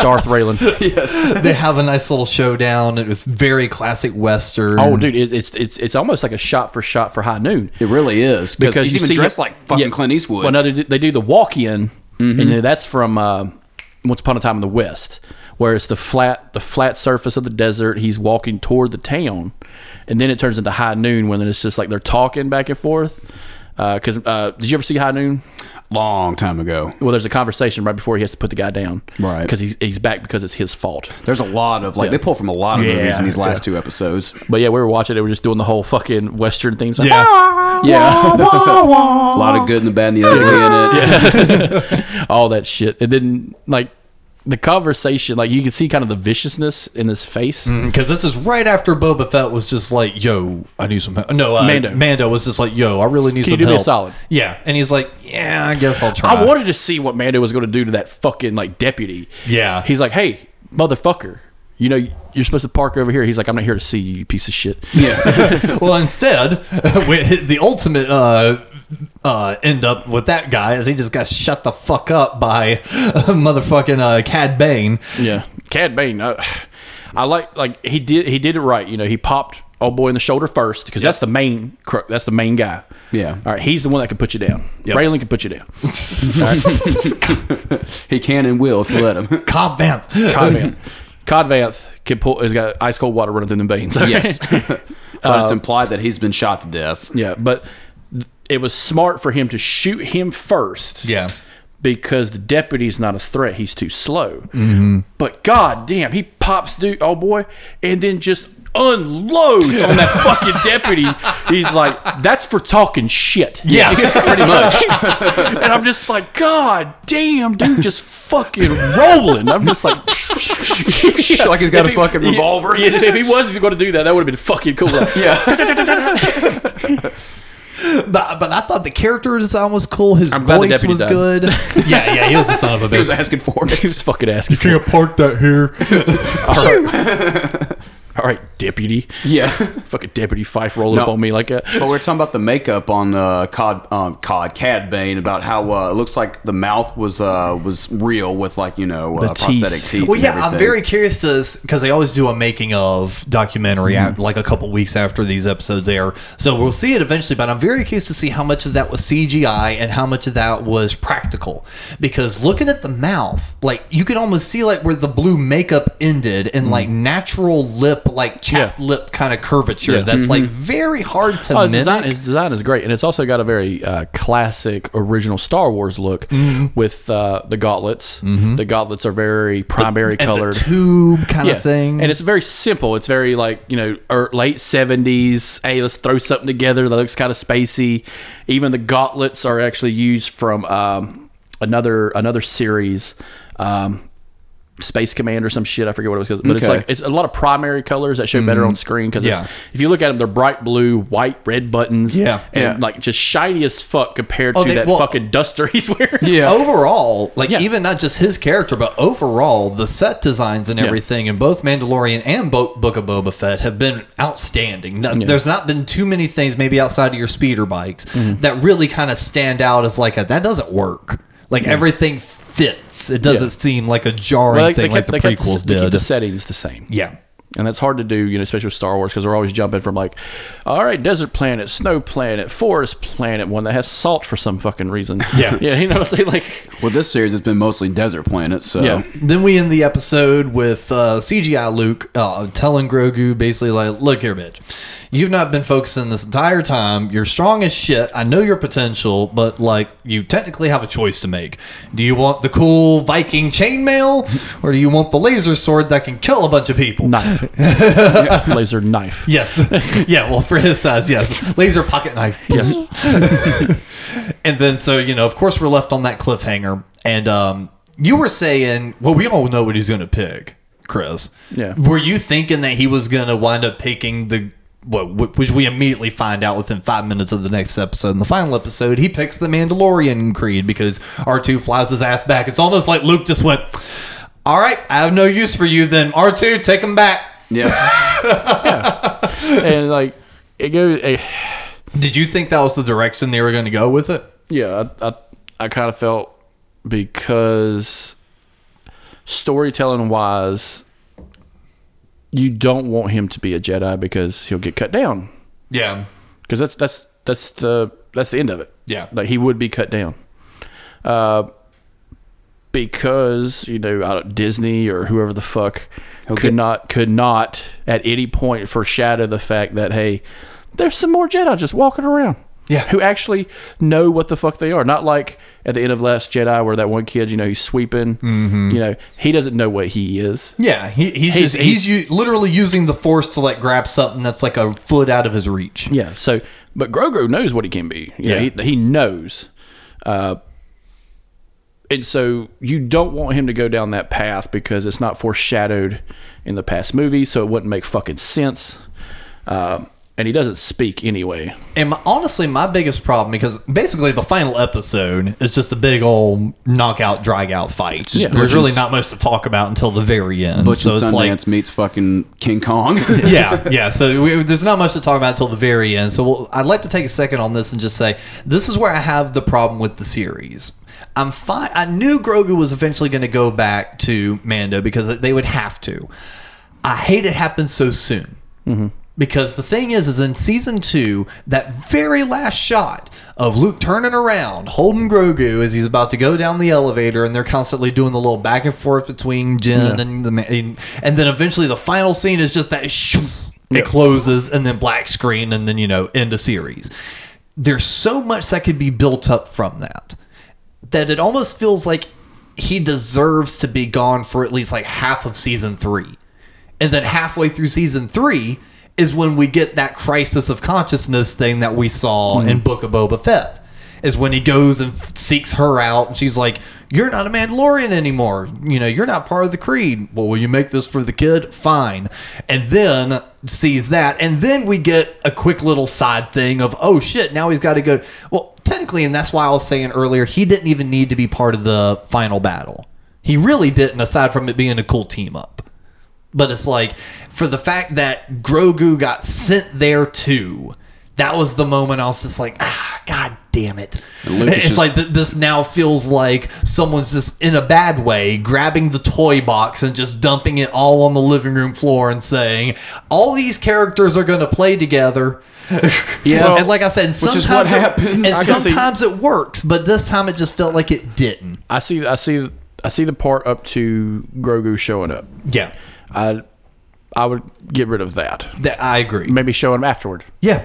C: Darth Raylan.
A: they have a nice little showdown. It was very classic Western.
B: Mm-hmm.
C: Oh, dude, it, it's it's it's almost like a shot for shot for High Noon.
B: It really is because he's
C: you
B: even
C: see
B: dressed
C: him-
B: like fucking
C: yeah.
B: Clint Eastwood. Mm-hmm.
C: Well, no, they do, they do the walk in, and then that's from uh, Once Upon a Time in the West, where it's the flat the flat surface of the desert. He's walking toward the town, and then it turns into High Noon when it's just like they're talking back and forth. Because uh, did you ever see High Noon?
B: Long time ago.
C: Well, there's a conversation right before he has to put the guy down,
B: Right.
C: Because he's he's back because it's his fault.
B: There's a lot of like they pull from a lot of
C: Yeah,
B: movies in these
C: yeah.
B: last two episodes.
C: But yeah, we were watching. They were just doing the whole fucking western Ah! thing. It's like,
B: Yeah, a lot of good and the bad and the ugly in it.
C: all that shit. It didn't like the conversation. Like you could see kind of the viciousness in his face.
A: Because this is right after Boba Fett was just like, "Yo, I need some help." No, uh,
C: Mando.
A: Mando. was just like, "Yo, I really need
C: Can
A: some
C: you do me a
A: help."
C: solid?
A: Yeah, and he's like, "Yeah, I guess I'll try."
C: I wanted to see what Mando was going to do to that fucking like deputy.
A: Yeah.
C: he's like, hey, motherfucker. You know, you're supposed to park over here. He's like, I'm not here to see you, you piece of shit.
A: well, instead, we- the ultimate uh, uh, end up with that guy is he just got shut the fuck up by motherfucking uh, Cad Bane.
C: Yeah, Cad Bane. I, I like like he did he did it right. You know, he popped old boy in the shoulder first because that's the main cru- that's the main guy.
B: Yeah.
C: All right, he's the one that can put you down. Raylan can put you down.
B: He can and will if you let him.
A: Cobb Vanth.
C: Cod Vanth. Cod Vanth can pull. Has got ice cold water running through the veins.
B: yes, but it's implied that he's been shot to death.
C: Um, yeah, but th- it was smart for him to shoot him first.
A: Yeah.
C: Because the deputy's not a threat. He's too slow. But god damn, he pops dude, oh boy, and then just unloads on that fucking deputy. He's like, that's for talking shit.
A: Yeah.
C: pretty much. and I'm just like, God damn, dude, just fucking rolling. I'm just like,
B: Like he's got
C: If
B: a fucking
C: yeah,
B: revolver.
C: yeah, if he was going to do that, that would have been fucking cool. yeah,
A: But, but I thought the character design was cool. His
C: glad the
A: voice
C: deputy
A: was
C: died.
A: good. yeah, yeah, he was the son of a
B: He was
A: bitch.
B: asking for it.
C: he was fucking asking. For it.
A: Can't park that here.
C: All right, all right, deputy.
B: yeah.
C: Fucking deputy Fife rolling up
B: No.
C: on me like a.
B: But we are talking about the makeup on uh, Cod, um, Cod Cad Bane about how uh, it looks like the mouth was uh, was real with like you know uh,
C: The teeth.
B: prosthetic teeth.
A: Well,
B: and
A: yeah, I'm
B: everything.
A: very curious to because they always do a making of documentary
C: Mm.
A: at, like a couple weeks after these episodes air. So we'll see it eventually, but I'm very curious to see how much of that was CGI and how much of that was practical. Because looking at the mouth, like you could almost see like where the blue makeup ended and like natural lip, like chapped
C: Mm. Yeah.
A: lip kind of curvature.
C: Yeah. Mm-hmm.
A: That's like very hard to
C: Oh, his
A: mimic.
C: design, his design is great, and it's also got a very uh, classic original Star Wars look with uh, the gauntlets. The gauntlets are very primary
A: and the
C: colored.
A: tube kind of thing.
C: And it's very simple. It's very like, you know, er, late 70s. Hey, let's throw something together that looks kind of spacey. Even the gauntlets are actually used from um, another another series. Um, Space Command or some shit. I forget what it was called. But it's
A: Okay. Mm-hmm.
C: like it's a lot of primary colors that show better on screen because
A: Yeah.
C: if you look at them, they're bright blue, white, red buttons.
A: Yeah.
C: and
B: Yeah.
C: like just shiny as fuck compared
A: Oh,
C: to
A: they-
C: that
A: well-
C: fucking duster he's wearing.
B: Yeah.
A: Overall, like
C: Yeah.
A: even not just his character, but overall, the set designs and everything in both Mandalorian and Bo- Book of Boba Fett have been outstanding. No- There's not been too many things, maybe outside of your speeder bikes, that really kind of stand out as like a that doesn't work. Like everything fits. It doesn't
C: Yeah.
A: seem like a jarring
C: Well, they-
A: thing
C: they
A: like
C: kept-
A: the
C: they kept
A: prequels
C: they keep
A: did.
C: the settings the same.
A: yeah.
C: And that's hard to do, you know, especially with Star Wars, because they're always jumping from like, all right, desert planet, snow planet, forest planet, one that has salt for some fucking reason.
A: Yeah.
C: yeah, you know what I'm saying? Like, um,
B: Well, this series has been mostly desert planets, so
C: Yeah.
A: Then we end the episode with uh, CGI Luke uh, telling Grogu basically like, "Look here, bitch, you've not been focusing this entire time. You're strong as shit. I know your potential, but like, you technically have a choice to make. Do you want the cool Viking chainmail, or do you want the laser sword that can kill a bunch of people?"
C: knife. Laser knife.
A: Yes. Yeah. Well, for his size, yes. Laser pocket knife. and then, so, you know, of course, we're left on that cliffhanger. And um, you were saying, well, we all know what he's going to pick, Chris.
C: Yeah.
A: Were you thinking that he was going to wind up picking the. What, wh- which we immediately find out within five minutes of the next episode. In the final episode, he picks the Mandalorian creed because R2 flies his ass back. It's almost like Luke just went, All right, I have no use for you then. R2, take him back.
B: yeah.
C: and like, it goes, eh,
A: Did you think that was the direction they were going to go with it?
C: yeah, I, I, I kind of felt because storytelling wise, you don't want him to be a Jedi because he'll get cut down.
A: Yeah.
C: because that's that's that's the that's the end of it.
A: Yeah.
C: like he would be cut down, uh, because you know I don't- Disney or whoever the fuck could
B: get-
C: not could not at any point foreshadow the fact that hey, there's some more Jedi just walking around.
A: Yeah.
C: who actually know what the fuck they are. Not like at the end of Last Jedi where that one kid, you know, he's sweeping.
A: Mm-hmm.
C: You know, he doesn't know what he is.
A: Yeah, he, he's,
C: He's-
A: just he's, u- literally using the force to like grab something that's like a foot out of his reach.
C: Yeah. So, but Grogu knows what he can be. yeah.
A: Yeah.
C: He, he knows. Uh, and so you don't want him to go down that path because it's not foreshadowed in the past movie, so it wouldn't make fucking sense. Um, and he doesn't speak anyway.
A: And my, honestly, my biggest problem because basically the final episode is just a big old knockout, drag out fight.
B: just
A: There's
B: Butch
A: really
B: and-
A: not much to talk about until the very end.
B: Butch
A: so
B: and
A: it's
B: Sundance
A: like
B: meets fucking King Kong.
A: yeah, yeah. So we, there's not much to talk about until the very end. So we'll, I'd like to take a second on this and just say this is where I have the problem with the series. I'm fine. I knew Grogu was eventually going to go back to Mando because they would have to. I hate it happened so soon. Because the thing is, is in season two, that very last shot of Luke turning around, holding Grogu as he's about to go down the elevator, and they're constantly doing the little back and forth between Jin and the man, and then eventually the final scene is just that shoo, it closes, and then black screen, and then you know end of series. There's so much that could be built up from that that it almost feels like he deserves to be gone for at least like half of season three. And then halfway through season three is when we get that crisis of consciousness thing that we saw in Book of Boba Fett. Is when he goes and f- seeks her out, and she's like, "You're not a Mandalorian anymore. You know, you're not part of the Creed. Well, will you make this for the kid? Fine." And then sees that, and then we get a quick little side thing of, "Oh shit! Now he's got to go." Well, technically, and that's why I was saying earlier, he didn't even need to be part of the final battle. He really didn't, aside from it being a cool team up. But it's like for the fact that Grogu got sent there too. That was the moment I was just like, ah, god damn it!
B: And Lucas
A: it's
B: just-
A: like th- this now feels like someone's just in a bad way grabbing the toy box and just dumping it all on the living room floor and saying, all these characters are going to play together.
B: Yeah.
A: and like I said,
B: Which
A: sometimes
B: is what
A: it-
B: happens.
A: and
B: I
C: can see-
A: sometimes it works, but this time it just felt like it didn't.
C: I see. I see. I see the part up to Grogu showing up.
A: Yeah,
C: I, I would get rid of that.
A: that I agree.
C: Maybe show him afterward.
A: Yeah,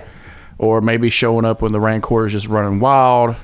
C: or maybe showing up when the rancor is just running wild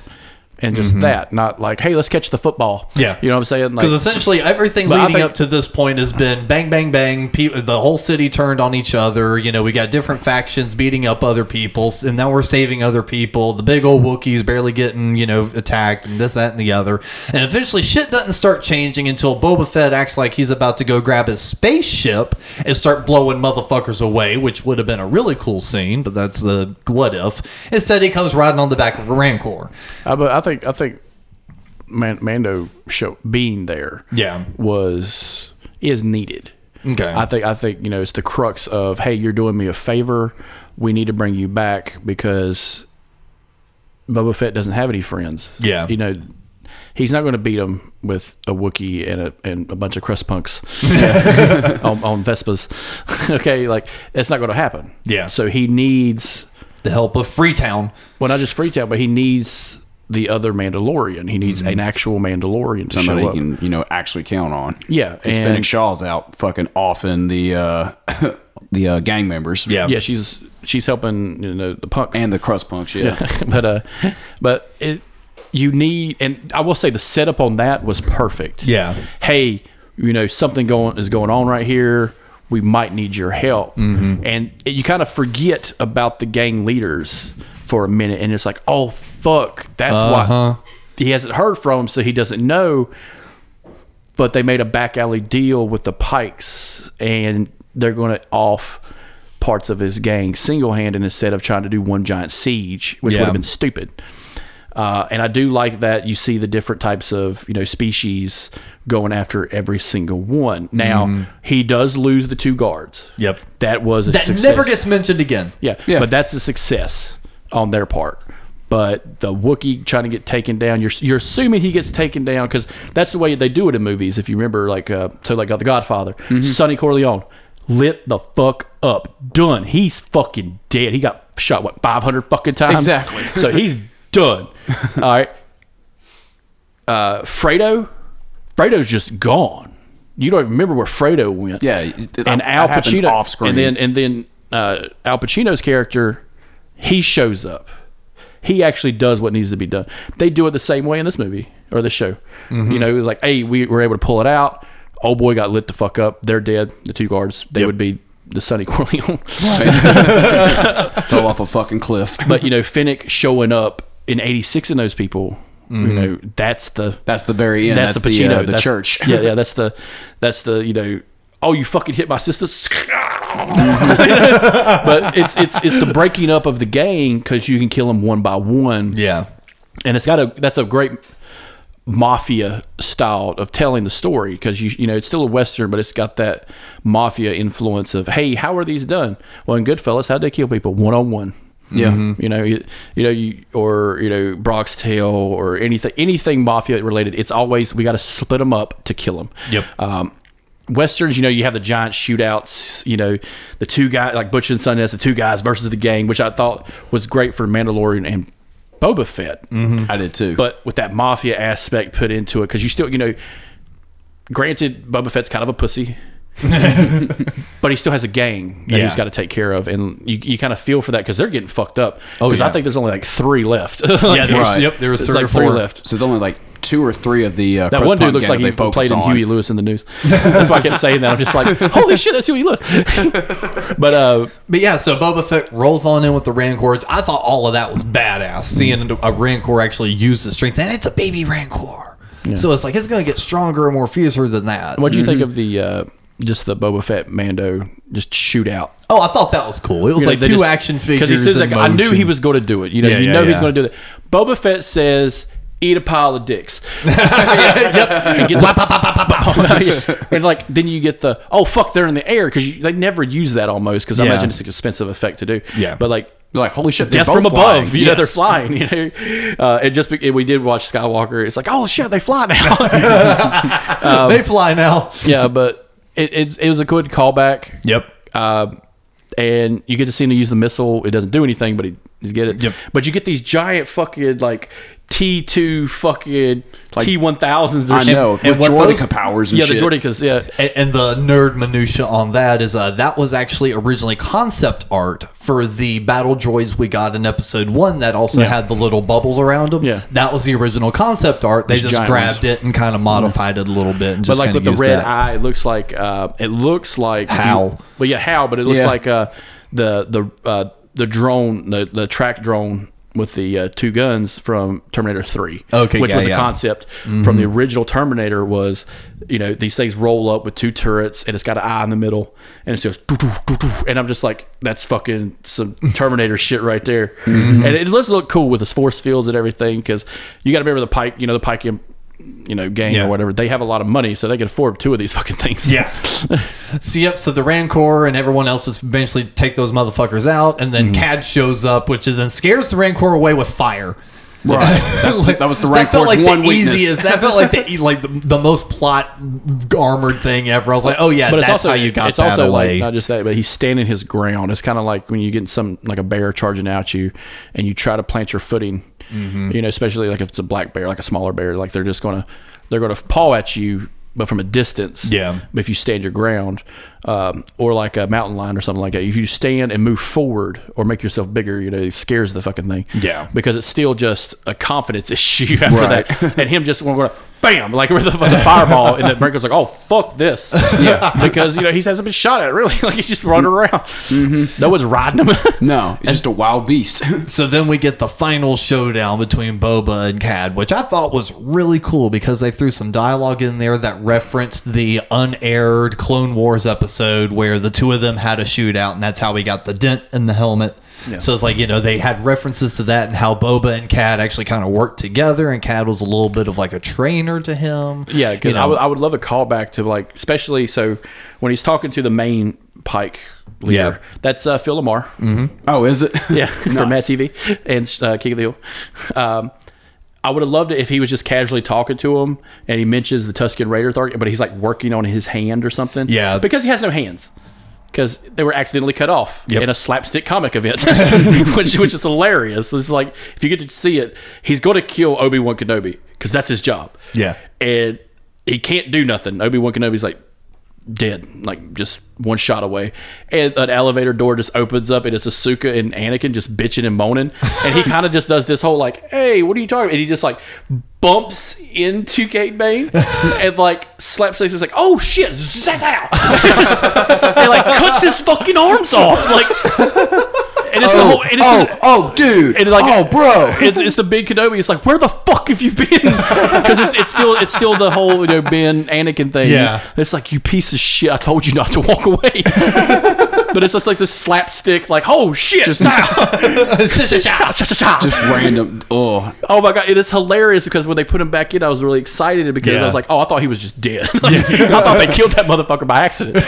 C: and just that, not like, hey, let's catch the football.
A: Mm-hmm. Yeah.
C: you know what I'm saying? Like,
A: Because essentially everything
C: But I
A: leading
C: think-
A: up to this point has been bang, bang, bang. Pe- the whole city turned on each other. You know, we got different factions beating up other people, and now we're saving other people. The big old Wookiees barely getting, you know, attacked, and this, that, and the other. And eventually shit doesn't start changing until Boba Fett acts like he's about to go grab his spaceship and start blowing motherfuckers away, which would have been a really cool scene, but that's a what if. Instead, he comes riding on the back of a Rancor.
C: I, Uh, but I think I think Man, Mando show being there,
A: Yeah.
C: was is needed.
A: Okay.
C: I think I think you know it's the crux of hey, you're doing me a favor. We need to bring you back because Boba Fett doesn't have any friends.
A: Yeah.
C: you know. He's not going to beat him with a Wookiee and a, and a bunch of crust punks on, on Vespas. okay, like, that's not going to happen.
A: Yeah.
C: So he needs
A: The help of Freetown.
C: well, not just Freetown, but he needs the other Mandalorian. He needs an actual Mandalorian to
B: Mm-hmm. somebody
C: show
B: he
C: up.
B: can you know actually count on.
C: Yeah,
B: 'Cause
C: and-
B: Fennec Shaw's out fucking offing the uh, the uh, gang members.
C: yeah, she's she's helping you know the punks.
B: and the crust punks. Yeah,
C: but uh, but it, you need, and I will say the setup on that was perfect.
A: Yeah.
C: Hey, you know something going is going on right here. We might need your help,
B: Mm-hmm.
C: and you kind of forget about the gang leaders for a minute, and it's like, oh fuck, that's
A: Uh-huh.
C: why he hasn't heard from, him, so he doesn't know. But they made a back alley deal with the Pikes, and they're going to off parts of his gang single handed instead of trying to do one giant siege, which would
A: Yeah.
C: have been stupid. Uh, and I do like that you see the different types of you know species going after every single one. Now he does lose the two guards.
A: Mm-hmm. Yep.
C: that was a
A: That
C: success.
A: never gets mentioned again.
C: Yeah.
B: Yeah.
C: But that's a success on their part. But the Wookiee trying to get taken down, you're you're assuming he gets taken down because that's the way they do it in movies. If you remember, like uh, so, like uh, The Godfather,
B: Mm-hmm.
C: Sonny Corleone lit the fuck up, done. He's fucking dead. He got shot what 500 fucking times.
B: Exactly.
C: so he's done. All right. Uh, Fredo, Fredo's just gone. You don't even remember where Fredo went
B: yeah. it-
C: and
B: that
C: Al
B: happens
C: Pacino
B: off screen.
C: and then and then uh, Al Pacino's character, he shows up. He actually does what needs to be done. They do it the same way in this movie or this show.
B: Mm-hmm.
C: You know, it was like, hey, we were able to pull it out. Old boy got lit the fuck up. They're dead. The two guards. They would be the Sonny Corleone.
B: fell off a fucking cliff.
C: but you know, Finnick showing up in '86 and those people.
B: Mm-hmm.
C: You know, that's the
B: That's the very end.
C: that's,
B: That's,
C: the Pacino,
B: the, uh, the
C: That's-
B: church.
C: Yeah, yeah, that's the that's the you know, oh, you fucking hit my sister. but it's it's it's the breaking up of the gang because you can kill them one by one,
A: Yeah.
C: and it's got a that's a great mafia style of telling the story because you you know it's still a western, but it's got that mafia influence of hey, how are these done? Well, in Goodfellas, how'd they kill people? One on one.
B: Yeah.
C: You know, you, you know, you or you know, Brock's Tale or anything, anything mafia related. It's always we got to split them up to kill them.
A: Yep.
C: Um, Westerns, you know, you have the giant shootouts. You know, the two guys like Butch and Sundance, the two guys versus the gang, which I thought was great for Mandalorian and Boba Fett.
B: I did too.
C: But with that mafia aspect put into it, because you still, you know, granted, Boba Fett's kind of a pussy, but he still has a gang that
A: Yeah.
C: he's got to take care of, and you, you kind of feel for that because they're getting fucked up.
A: Oh,
C: Because
A: yeah.
C: I think there's only like three left.
A: Yeah,
C: Like,
A: there was,
B: Right.
A: yep, there was
C: there's
A: three
C: like
A: or four
C: three left.
B: so there's only like two or three of the uh,
C: That
B: crust
C: one dude
B: punk
C: looks
B: gang
C: like he
B: they focus
C: played in
B: on.
C: Huey Lewis in the news. That's why I kept saying that. I'm just like, holy shit, that's Huey Lewis. but uh,
A: But yeah, so Boba Fett rolls on in with the Rancors. I thought all of that was badass, seeing a Rancor actually use the strength. And it's a baby Rancor. So it's like, it's going to get stronger and more fiercer than that.
C: what do you think of the uh, just the Boba Fett Mando just shootout?
A: Oh, I thought that was cool. It was like two action figures.
C: Because he says,
A: in
C: like, I knew
A: motion.
C: he was going to do it. You know,
A: Yeah,
C: you
A: yeah,
C: know he's
A: yeah.
C: going to do that. Boba Fett says, eat a pile of dicks. yep. And, get the- and, like, then you get the, oh, fuck, they're in the air. Because they never use that almost. Because I
A: Yeah.
C: imagine it's an expensive effect to do.
A: Yeah.
C: But like,
B: You're like holy shit, they're
C: Death from
B: both
C: above,
B: flying.
C: you know they're
B: Yes.
C: flying. You know, uh, and just be- and we did watch Skywalker. It's like, oh shit, they fly now.
A: they fly now.
C: yeah, but it, it's it was a good callback.
A: Yep.
C: Uh, and you get to see him use the missile. It doesn't do anything, but he, he's get it.
A: Yep.
C: But you get these giant fucking like T two fucking T one thousands.
B: I know.
A: and
B: with
A: what
B: Jordica
A: those-
B: powers and
C: Yeah,
B: shit.
C: the Jordicas. Yeah,
A: And, and the nerd minutia on that is uh, that was actually originally concept art for the battle droids we got in episode one that also had the little bubbles around them.
C: Yeah.
A: That was the original concept art. They
C: Those
A: just
C: giant
A: grabbed it and kind of modified it a little bit and
C: but
A: just
C: like
A: kind
C: with
A: of
C: the
A: used
C: red
A: that.
C: eye, it looks like uh, it looks like if you-
A: Hal.
C: Well, yeah, Hal, but it looks
B: Yeah.
C: like uh, the the uh, the drone, the the track drone with the uh, two guns from Terminator Three.
A: Okay,
C: which
A: yeah,
C: was the
A: yeah. Mm-hmm.
C: concept from the original Terminator was you know these things roll up with two turrets and it's got an eye in the middle and it goes doo, doo, doo, doo, and I'm just like that's fucking some Terminator shit right there.
A: Mm-hmm.
C: And it does look cool with the force fields and everything because you got to remember the Pike, you know the Pike. You know, gang
A: Yeah.
C: or whatever. They have a lot of money, so they can afford two of these fucking things.
A: Yeah. so yep. So the Rancor and everyone else is eventually take those motherfuckers out, and
C: Mm-hmm.
A: then Cad shows up, which is then scares the Rancor away with fire.
B: Right. That's the- that was the
A: that felt
B: Rancor's
A: like
B: one
A: the
B: weakness.
A: easiest. That felt like the e, like the, the most plot armored thing ever. I was like, oh yeah,
C: but it's
A: that's
C: also
A: how you got
C: it's
A: that
C: also
A: away.
C: like not just that, but he's standing his ground. It's kind of like when you get some like a bear charging at you, and you try to plant your footing.
A: Mm-hmm.
C: You know, especially like if it's a black bear, like a smaller bear, like they're just gonna they're gonna paw at you, but from a distance.
A: Yeah.
C: But if you stand your ground, um, or like a mountain lion or something like that, if you stand and move forward or make yourself bigger, you know, it scares the fucking thing.
A: Yeah.
C: Because it's still just a confidence issue after that, and him just going. going, Bam! Like with the, with the fireball, and the Branko's like, "Oh fuck this!" Yeah, Mm-hmm. because you know he hasn't been shot at really. Like he's just running around. No one's riding him.
B: No, it's just a wild beast.
A: So then we get the final showdown between Boba and Cad, which I thought was really cool because they threw some dialogue in there that referenced the unaired Clone Wars episode where the two of them had a shootout, and that's how we got the dent in the helmet. So it's like, you know, they had references to that and how Boba and Cad actually kind of worked together, and Cad was a little bit of like a trainer to him.
C: Yeah, because
A: you know,
C: I, would, I would love a callback to like, especially so when he's talking to the main Pike leader. That's uh, Phil Lamar.
B: oh, is it?
C: Yeah, for Matt TV and uh, King of the Hill. Um, I would have loved it if he was just casually talking to him and he mentions the Tuscan Raiders, argument, but he's like working on his hand or something.
A: Yeah.
C: because he has no hands. Because they were accidentally cut off
A: Yep.
C: in a slapstick comic event, which, which is hilarious. It's like if you get to see it, he's going to kill Obi Wan Kenobi because that's his job.
A: Yeah.
C: and he can't do nothing. Obi Wan Kenobi's like, dead, like just one shot away. And an elevator door just opens up, and it's Asuka and Anakin just bitching and moaning. And he kind of just does this whole like, "Hey, what are you talking?" about? And he just like bumps into Kate Bane and like slaps his face. He's like, "Oh shit, zat out!" and like cuts his fucking arms off. Like, and it's the whole. And it's
B: oh, oh, dude.
C: and like,
B: oh, bro.
C: it, it's the big Kenobi. It's like, where the fuck have you been? Because it's, it's still it's still the whole you know Ben Anakin thing.
A: Yeah.
C: it's like you piece of shit. I told you not to walk away. but it's just like this slapstick, like, oh shit,
B: just random. Oh,
C: oh my god, it is hilarious because when they put him back in, I was really excited because I
A: Yeah.
C: was like, oh, I thought he was just dead. Like, I thought they killed that motherfucker by accident,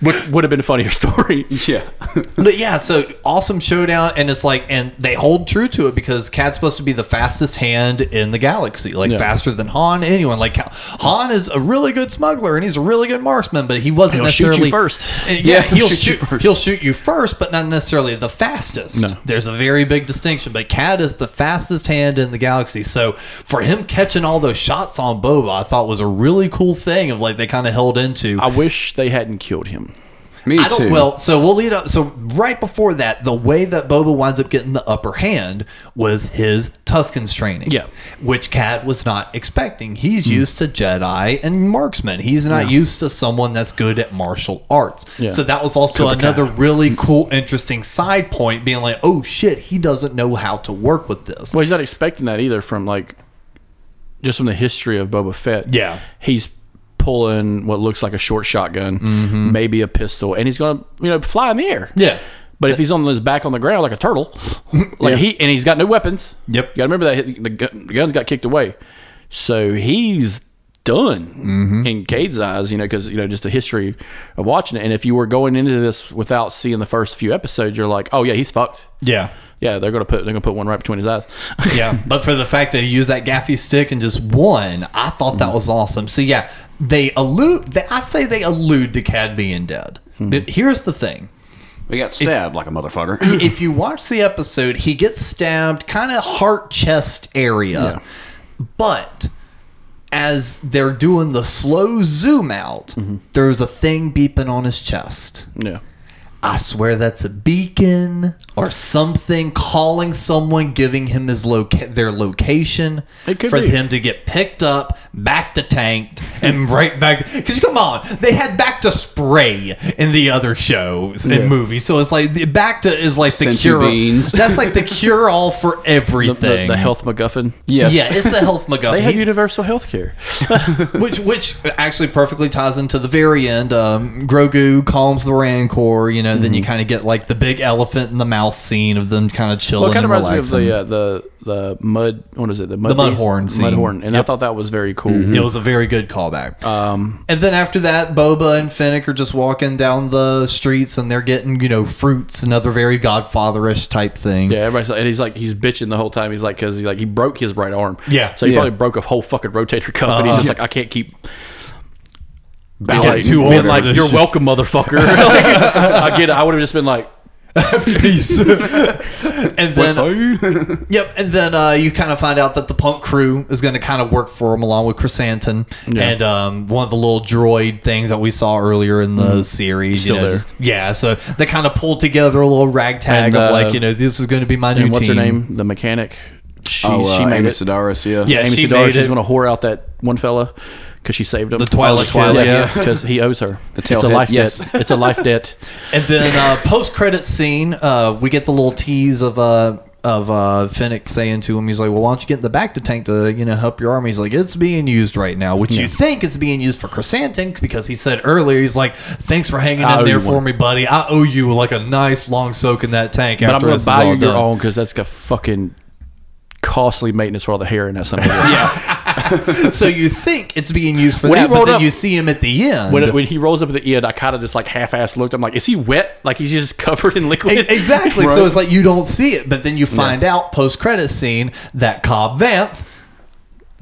C: which would have been a funnier story.
B: yeah.
A: But yeah, so awesome showdown, and it's like, and they hold true to it because Cat's supposed to be the fastest hand in the galaxy, like faster than Han. Anyone like Han is a really good smuggler and he's a really good marksman, but he wasn't
C: He'll shoot
A: necessarily
C: you first.
A: Uh, Yeah,
B: Yeah,
A: he'll
B: he'll shoot you
A: shoot.
B: first.
A: he'll shoot you first, but not necessarily the fastest.
C: No.
A: There's a very big distinction, but Cat is the fastest hand in the galaxy. So for him catching all those shots on Boba, I thought was a really cool thing of like they kind of held into.
C: I wish they hadn't killed him.
B: Me
A: I don't,
B: too.
A: well, so we'll lead up. So right before that, the way that Boba winds up getting the upper hand was his Tusken's training.
C: Yeah.
A: Which Cad was not expecting. He's used to Jedi and marksman. He's not used to someone that's good at martial arts.
C: Yeah.
A: So that was also another really cool, interesting side point being like, oh shit, he doesn't know how to work with this.
C: Well, he's not expecting that either from like just from the history of Boba Fett.
A: Yeah.
C: He's pulling what looks like a short shotgun, maybe a pistol, and he's going to, you know, fly in the air.
A: Mm-hmm. Yeah.
C: But if he's on his back on the ground like a turtle, like he and he's got no weapons.
A: Yep.
C: You got to remember that hit- the, gun, the guns got kicked away. So he's done
A: Mm-hmm.
C: in Cade's eyes, you know, because, you know, just the history of watching it. And if you were going into this without seeing the first few episodes, you're like, oh, yeah, he's fucked.
A: Yeah.
C: Yeah, they're going to put they're going to put one right between his eyes.
A: yeah, but for the fact that he used that gaffy stick and just won, I thought that was awesome. So yeah, they allude. They, I say they allude to Cad being dead. But here's the thing:
B: He got stabbed like a motherfucker.
A: if you watch the episode, he gets stabbed kind of heart chest area. But as they're doing the slow zoom out, there's a thing beeping on his chest.
C: Yeah.
A: I swear that's a beacon or something calling someone, giving him his loca- their location
C: It could
A: for
C: be.
A: him to get picked up, back to tanked, and right back. Because come on, they had back to spray in the other shows and movies, so it's like the back to is like the
B: Scentsy
A: cure.
B: beans.
A: That's like the cure all for
C: The, the,
A: everything.
C: the health MacGuffin.
B: yes.
A: Yeah, it's the health MacGuffin.
C: They have
A: He's-
C: universal health care.
A: which which actually perfectly ties into the very end. Um, Grogu calms the Rancor. You know, then you kind of get like the big elephant in the mouth scene of them kind of chilling
C: Well, it kind of
A: and
C: reminds me of
A: relaxing.
C: the uh, the the mud. What is it? The mud.
A: The mud horn scene. Mm-hmm.
C: Mud horn. And I thought that was very cool.
A: It was a very good callback. Um, and then after that, Boba and Finnick are just walking down the streets and they're getting you know fruits, another very Godfatherish type thing.
C: Yeah, everybody's like, and he's like, he's bitching the whole time. He's like, because he like he broke his right arm.
A: Yeah.
C: so he
B: Yeah.
C: probably broke a whole fucking rotator cuff, and he's just like, I can't keep.
B: Ballet
C: like,
A: too old
C: been
A: for
C: like
A: this
C: you're
A: shit."
C: welcome, motherfucker. Like, I get it. I would have just been like,
A: Peace. and then
B: Oh,
A: Yep, and then uh, you kind of find out that the punk crew is going to kind of work for him along with Chrysanthemum and um, one of the little droid things that we saw earlier in the series.
C: Mm-hmm. Still
A: you know,
C: there.
A: just- yeah, so they kind of pulled together a little ragtag
C: And,
A: of
C: uh,
A: like, you know, this is going to be my new
C: and what's
A: team.
C: her name? The mechanic. She
B: Oh, uh,
C: she made
B: Amy
C: it.
B: Sedaris, yeah.
A: Yeah,
C: Amy
A: she
C: Sedaris
A: made
C: is
A: it.
C: going to whore out that one fella because she saved him. Oh, The
A: Twilight Kid, yeah.
C: because he owes her. it's a
B: tailhead,
C: life
B: yes.
C: debt. It's a life debt.
A: And then uh, post credit scene, uh, we get the little tease of uh, of uh, Finnick saying to him, he's like, "Well, why don't you get in the back to tank to you know help your army?" He's like, "It's being used right now," which you think is being used for Chrysanthemum because he said earlier, he's like, "Thanks for hanging
C: I owe
A: in there
C: you
A: for
C: one."
A: me, buddy. I owe you like a nice long soak in that tank."
C: But I'm
A: after
C: going
A: this
C: to
A: is
C: buy
A: all
C: you your
A: done."
C: own because that's got fucking costly maintenance for all the hair in that son of a bitch.
A: so you think it's being used for
C: When he
A: that, but
C: rolled
A: then
C: up-
A: you see him at the end.
C: When, when he rolls up at the end, I kind of just like half-ass looked. I'm like, is he wet? Like he's just covered in liquid?
A: E- Exactly.
C: Right.
A: So it's like you don't see it, but then you find out post credit scene that Cobb Vanth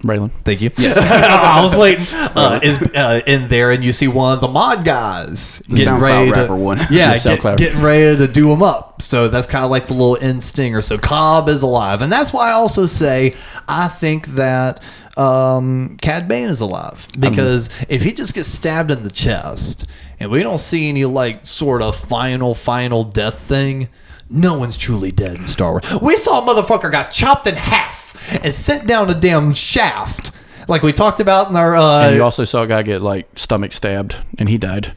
C: Braylon.
A: Thank you. I was waiting. Uh, is uh, in there, and you see one of the mod guys
B: SoundCloud
A: to-
B: rapper one.
A: Yeah,
C: Yeah, SoundCloud.
A: get, getting ready to do them up. So that's kind of like the little end stinger. So Cobb is alive, and that's why I also say I think that um, Cad Bane is alive because if he just gets stabbed in the chest and we don't see any like sort of final final death thing, no one's truly dead in Star Wars. We saw a motherfucker got chopped in half and sent down a damn shaft. Like we talked about in our uh,
C: And you also saw a guy get like stomach stabbed, and he died.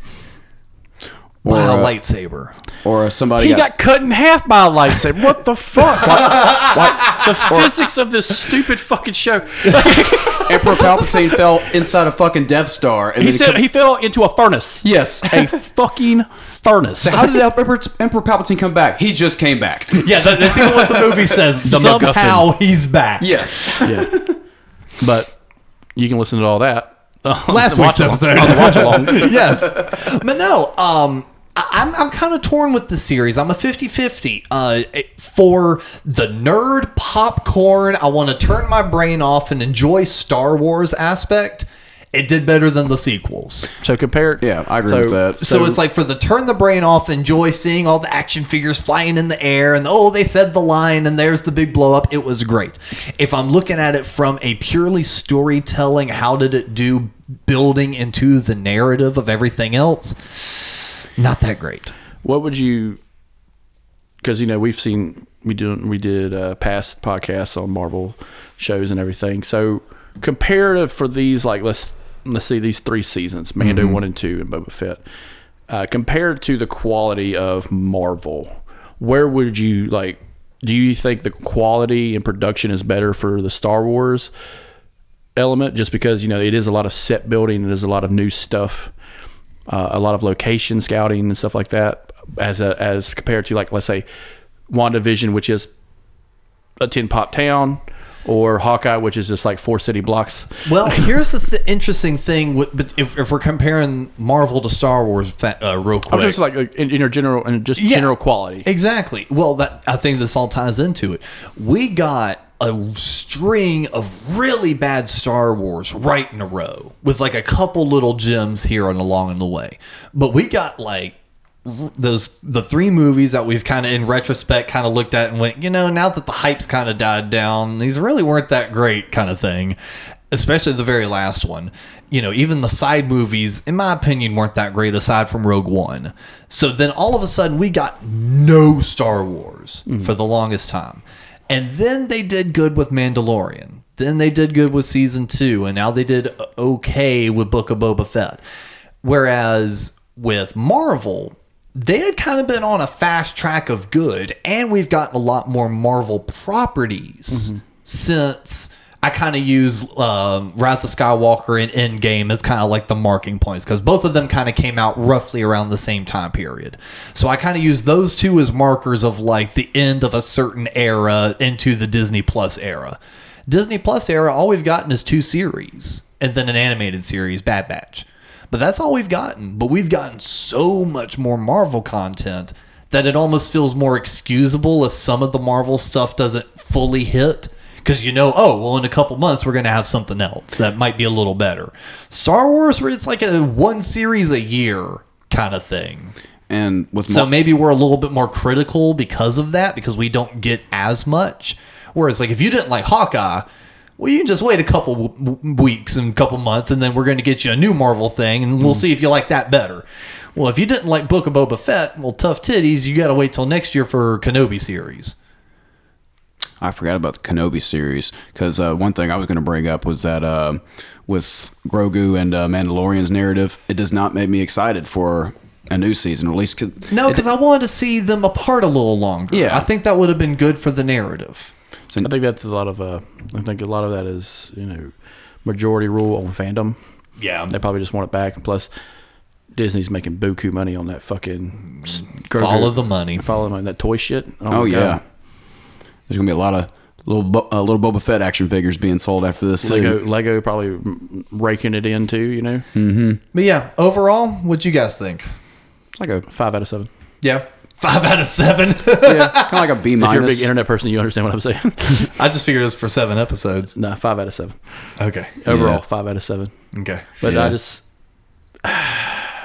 A: by
B: Or,
A: a
B: uh,
A: lightsaber.
B: Or uh, somebody
C: He got cut in half by a lightsaber. What the fuck? Like, like, the physics of this stupid fucking show.
B: Emperor Palpatine fell inside a fucking Death Star. And
C: He
B: then
C: said
B: come-
C: he fell into a furnace.
B: yes.
C: a fucking furnace.
B: How did Emperor, Emperor Palpatine come back? He just came back.
A: Yeah, that, that's even what the movie says. Somehow he's back.
B: yes.
C: But you can listen to all that on
A: Last
C: the
A: week's
C: watch along-
A: episode.
C: on the watch along.
A: yes. But no, um, I- I'm, I'm kind of torn with this series. I'm a 50 50. Uh, it- for the nerd popcorn, I want to turn my brain off and enjoy Star Wars aspect. It did better than the sequels.
C: So compare.
B: Yeah, I agree
C: so,
B: with that.
A: So, it's like for the turn the brain off, enjoy seeing all the action figures flying in the air, and oh, they said the line, and there's the big blow up. It was great. If I'm looking at it from a purely storytelling, how did it do building into the narrative of everything else? Not that great.
C: What would you? Because you know we've seen we do we did uh, past podcasts on Marvel shows and everything. So comparative for these, like let's let's see these three seasons: Mando one and two, and Boba Fett. Uh, compared to the quality of Marvel, where would you like? Do you think the quality and production is better for the Star Wars element? Just because you know it is a lot of set building, it is a lot of new stuff uh, a lot of location scouting and stuff like that as a, as compared to like let's say WandaVision which is a 10 pop town or Hawkeye which is just like four city blocks
A: Well, here's the th- interesting thing. With, but if, if we're comparing Marvel to Star Wars, fa- uh, real quick,
C: I'm just like in, in your general and just
A: Yeah.
C: general quality
A: Exactly. Well, that I think this all ties into it. We got a string of really bad Star Wars right in a row with like a couple little gems here and along in the way. But we got like those the three movies that we've kind of in retrospect kind of looked at and went, you know, now that the hype's kind of died down, these really weren't that great kind of thing. Especially the very last one. You know, even the side movies, in my opinion, weren't that great aside from Rogue One. So then all of a sudden we got no Star Wars for the longest time. And then they did good with Mandalorian. Then they did good with season two, and now they did okay with Book of Boba Fett. Whereas with Marvel, they had kind of been on a fast track of good, and we've gotten a lot more Marvel properties since. I kind of use um, Rise of Skywalker and Endgame as kind of like the marking points because both of them kind of came out roughly around the same time period. So I kind of use those two as markers of like the end of a certain era into the Disney Plus era. Disney Plus era, all we've gotten is two series and then an animated series, Bad Batch. But that's all we've gotten. But we've gotten so much more Marvel content that it almost feels more excusable if some of the Marvel stuff doesn't fully hit. Because you know, oh, well, in a couple months, we're going to have something else that might be a little better. Star Wars, where it's like a one series a year kind of thing.
B: And with
A: So
B: Mar-
A: maybe we're a little bit more critical because of that, because we don't get as much. Whereas, like, if you didn't like Hawkeye, well, you can just wait a couple w- w- weeks and couple months, and then we're going to get you a new Marvel thing, and we'll see if you like that better. Well, if you didn't like Book of Boba Fett, well, tough titties, you got to wait till next year for Kenobi series.
B: I forgot about the Kenobi series because uh, one thing I was going to bring up was that uh, with Grogu and uh, Mandalorian's narrative, it does not make me excited for a new season. Or at least
A: No, because I wanted to see them apart a little longer.
B: Yeah.
A: I think that would have been good for the narrative.
C: I think that's a lot of. Uh, I think a lot of that is you know majority rule on fandom.
A: Yeah.
C: They probably just want it back. Plus, Disney's making buku money on that fucking s- Grogu-
A: Follow the money.
C: Follow them on that toy shit.
B: Oh,
C: my God.
B: yeah, there's going to be a lot of little Bo- uh, little Boba Fett action figures being sold after this too.
C: Lego, Lego probably mm, raking it in too. You know,
B: Hmm.
A: But yeah, overall, what'd you guys think?
B: It's like a
C: five out of seven.
A: Yeah. Five out of seven.
B: yeah, kind of like a B
C: If you're a big
B: minus.
C: internet person, you understand what I'm saying.
A: I just figured it was for seven episodes.
C: no, five out of seven
A: Okay.
C: overall.
B: Yeah.
C: Five out of seven.
A: Okay.
C: But
B: Yeah.
C: I just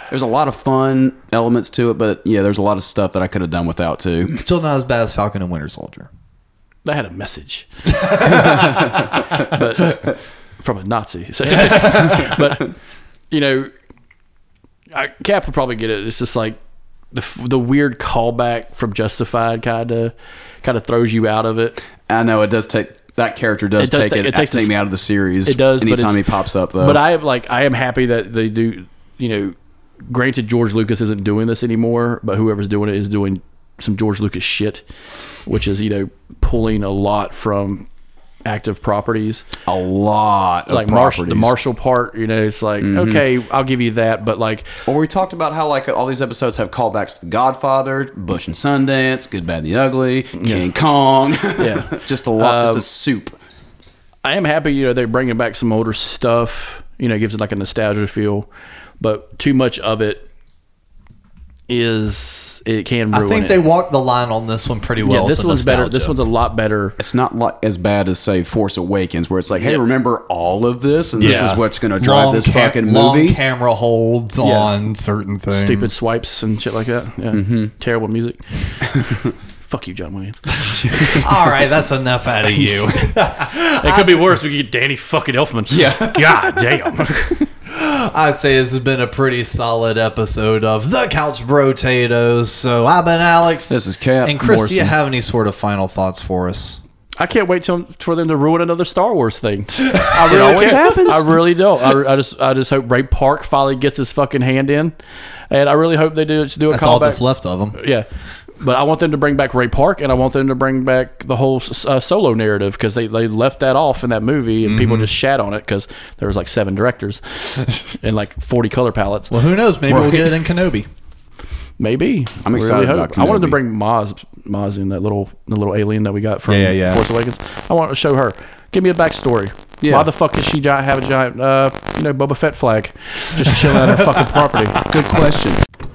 B: There's a lot of fun elements to it, but yeah, there's a lot of stuff that I could have done without too.
A: Still not as bad as Falcon and Winter Soldier.
C: that had a message, but from a Nazi. So, but you know, I, Cap would probably get it. It's just like the f- the weird callback from Justified kind of kind of throws you out of it.
B: I know it does take that character does,
C: It does
B: take
C: take-
B: it,
C: it takes
B: take
C: the-
B: me out of the series.
C: It does. but
B: Anytime
C: it's-
B: he pops up though,
C: But I am like I am happy that they do. You know, granted George Lucas isn't doing this anymore, but whoever's doing it is doing some George Lucas shit, which is you know pulling a lot from active properties
B: a lot of
C: like Marshall,
B: properties.
C: the Marshall part. You know, it's like
A: Mm-hmm.
C: okay, I'll give you that, but like
B: Well, we talked about how like all these episodes have callbacks to The Godfather, Bush and Sundance, Good, Bad, and the Ugly, King Kong.
C: Yeah. Um,
B: just a lot, just a soup.
C: I am happy, you know, they're bringing back some older stuff. You know, it gives it like a nostalgia feel, but too much of it is it can ruin
A: I think
C: it.
A: they walked the line on this one pretty well.
C: yeah, this
A: with the
C: one's better. This
A: nostalgia.
C: one's a lot better.
B: It's not like as bad as say Force Awakens, where it's like, hey,
C: Yeah.
B: remember all of this, and this
A: Yeah.
B: is what's going to drive
A: Long
B: this
A: ca-
B: fucking
A: long
B: movie.
A: camera holds on certain things.
C: Stupid swipes and shit like that. Yeah, terrible music. Fuck you, John Williams.
A: All right, that's enough out of you.
C: It could be worse. We could get Danny fucking Elfman. Yeah, god damn.
A: I'd say this has been a pretty solid episode of the Couch Potatoes. So I've been Alex.
B: This is Cap
A: And Chris, do you
B: Morrison.
A: have any sort of final thoughts for us?
C: I can't wait till, for them to ruin another Star Wars thing. I really it always happens. I really don't. I, I just I just hope Ray Park finally gets his fucking hand in, and I really hope they do do a
A: That's all that's
C: callback.
A: left of them.
C: Yeah, but I want them to bring back Ray Park, and I want them to bring back the whole s- uh, solo narrative because they, they left that off in that movie, and
B: Mm-hmm.
C: people just shat on it because there was like seven directors and like forty color palettes.
A: Well, who knows? Maybe we'll get it in Kenobi.
C: Maybe
B: I'm
C: I
B: excited
C: hope.
B: about
C: I wanted to
B: Kenobi.
C: bring Maz, Maz in that little the little alien that we got from
A: Yeah, yeah.
C: Force Awakens. I want to show her. Give me a backstory.
B: Yeah.
C: Why the fuck does she gi- have a giant, uh, you know, Boba Fett flag just chilling on her fucking property?
B: Good question.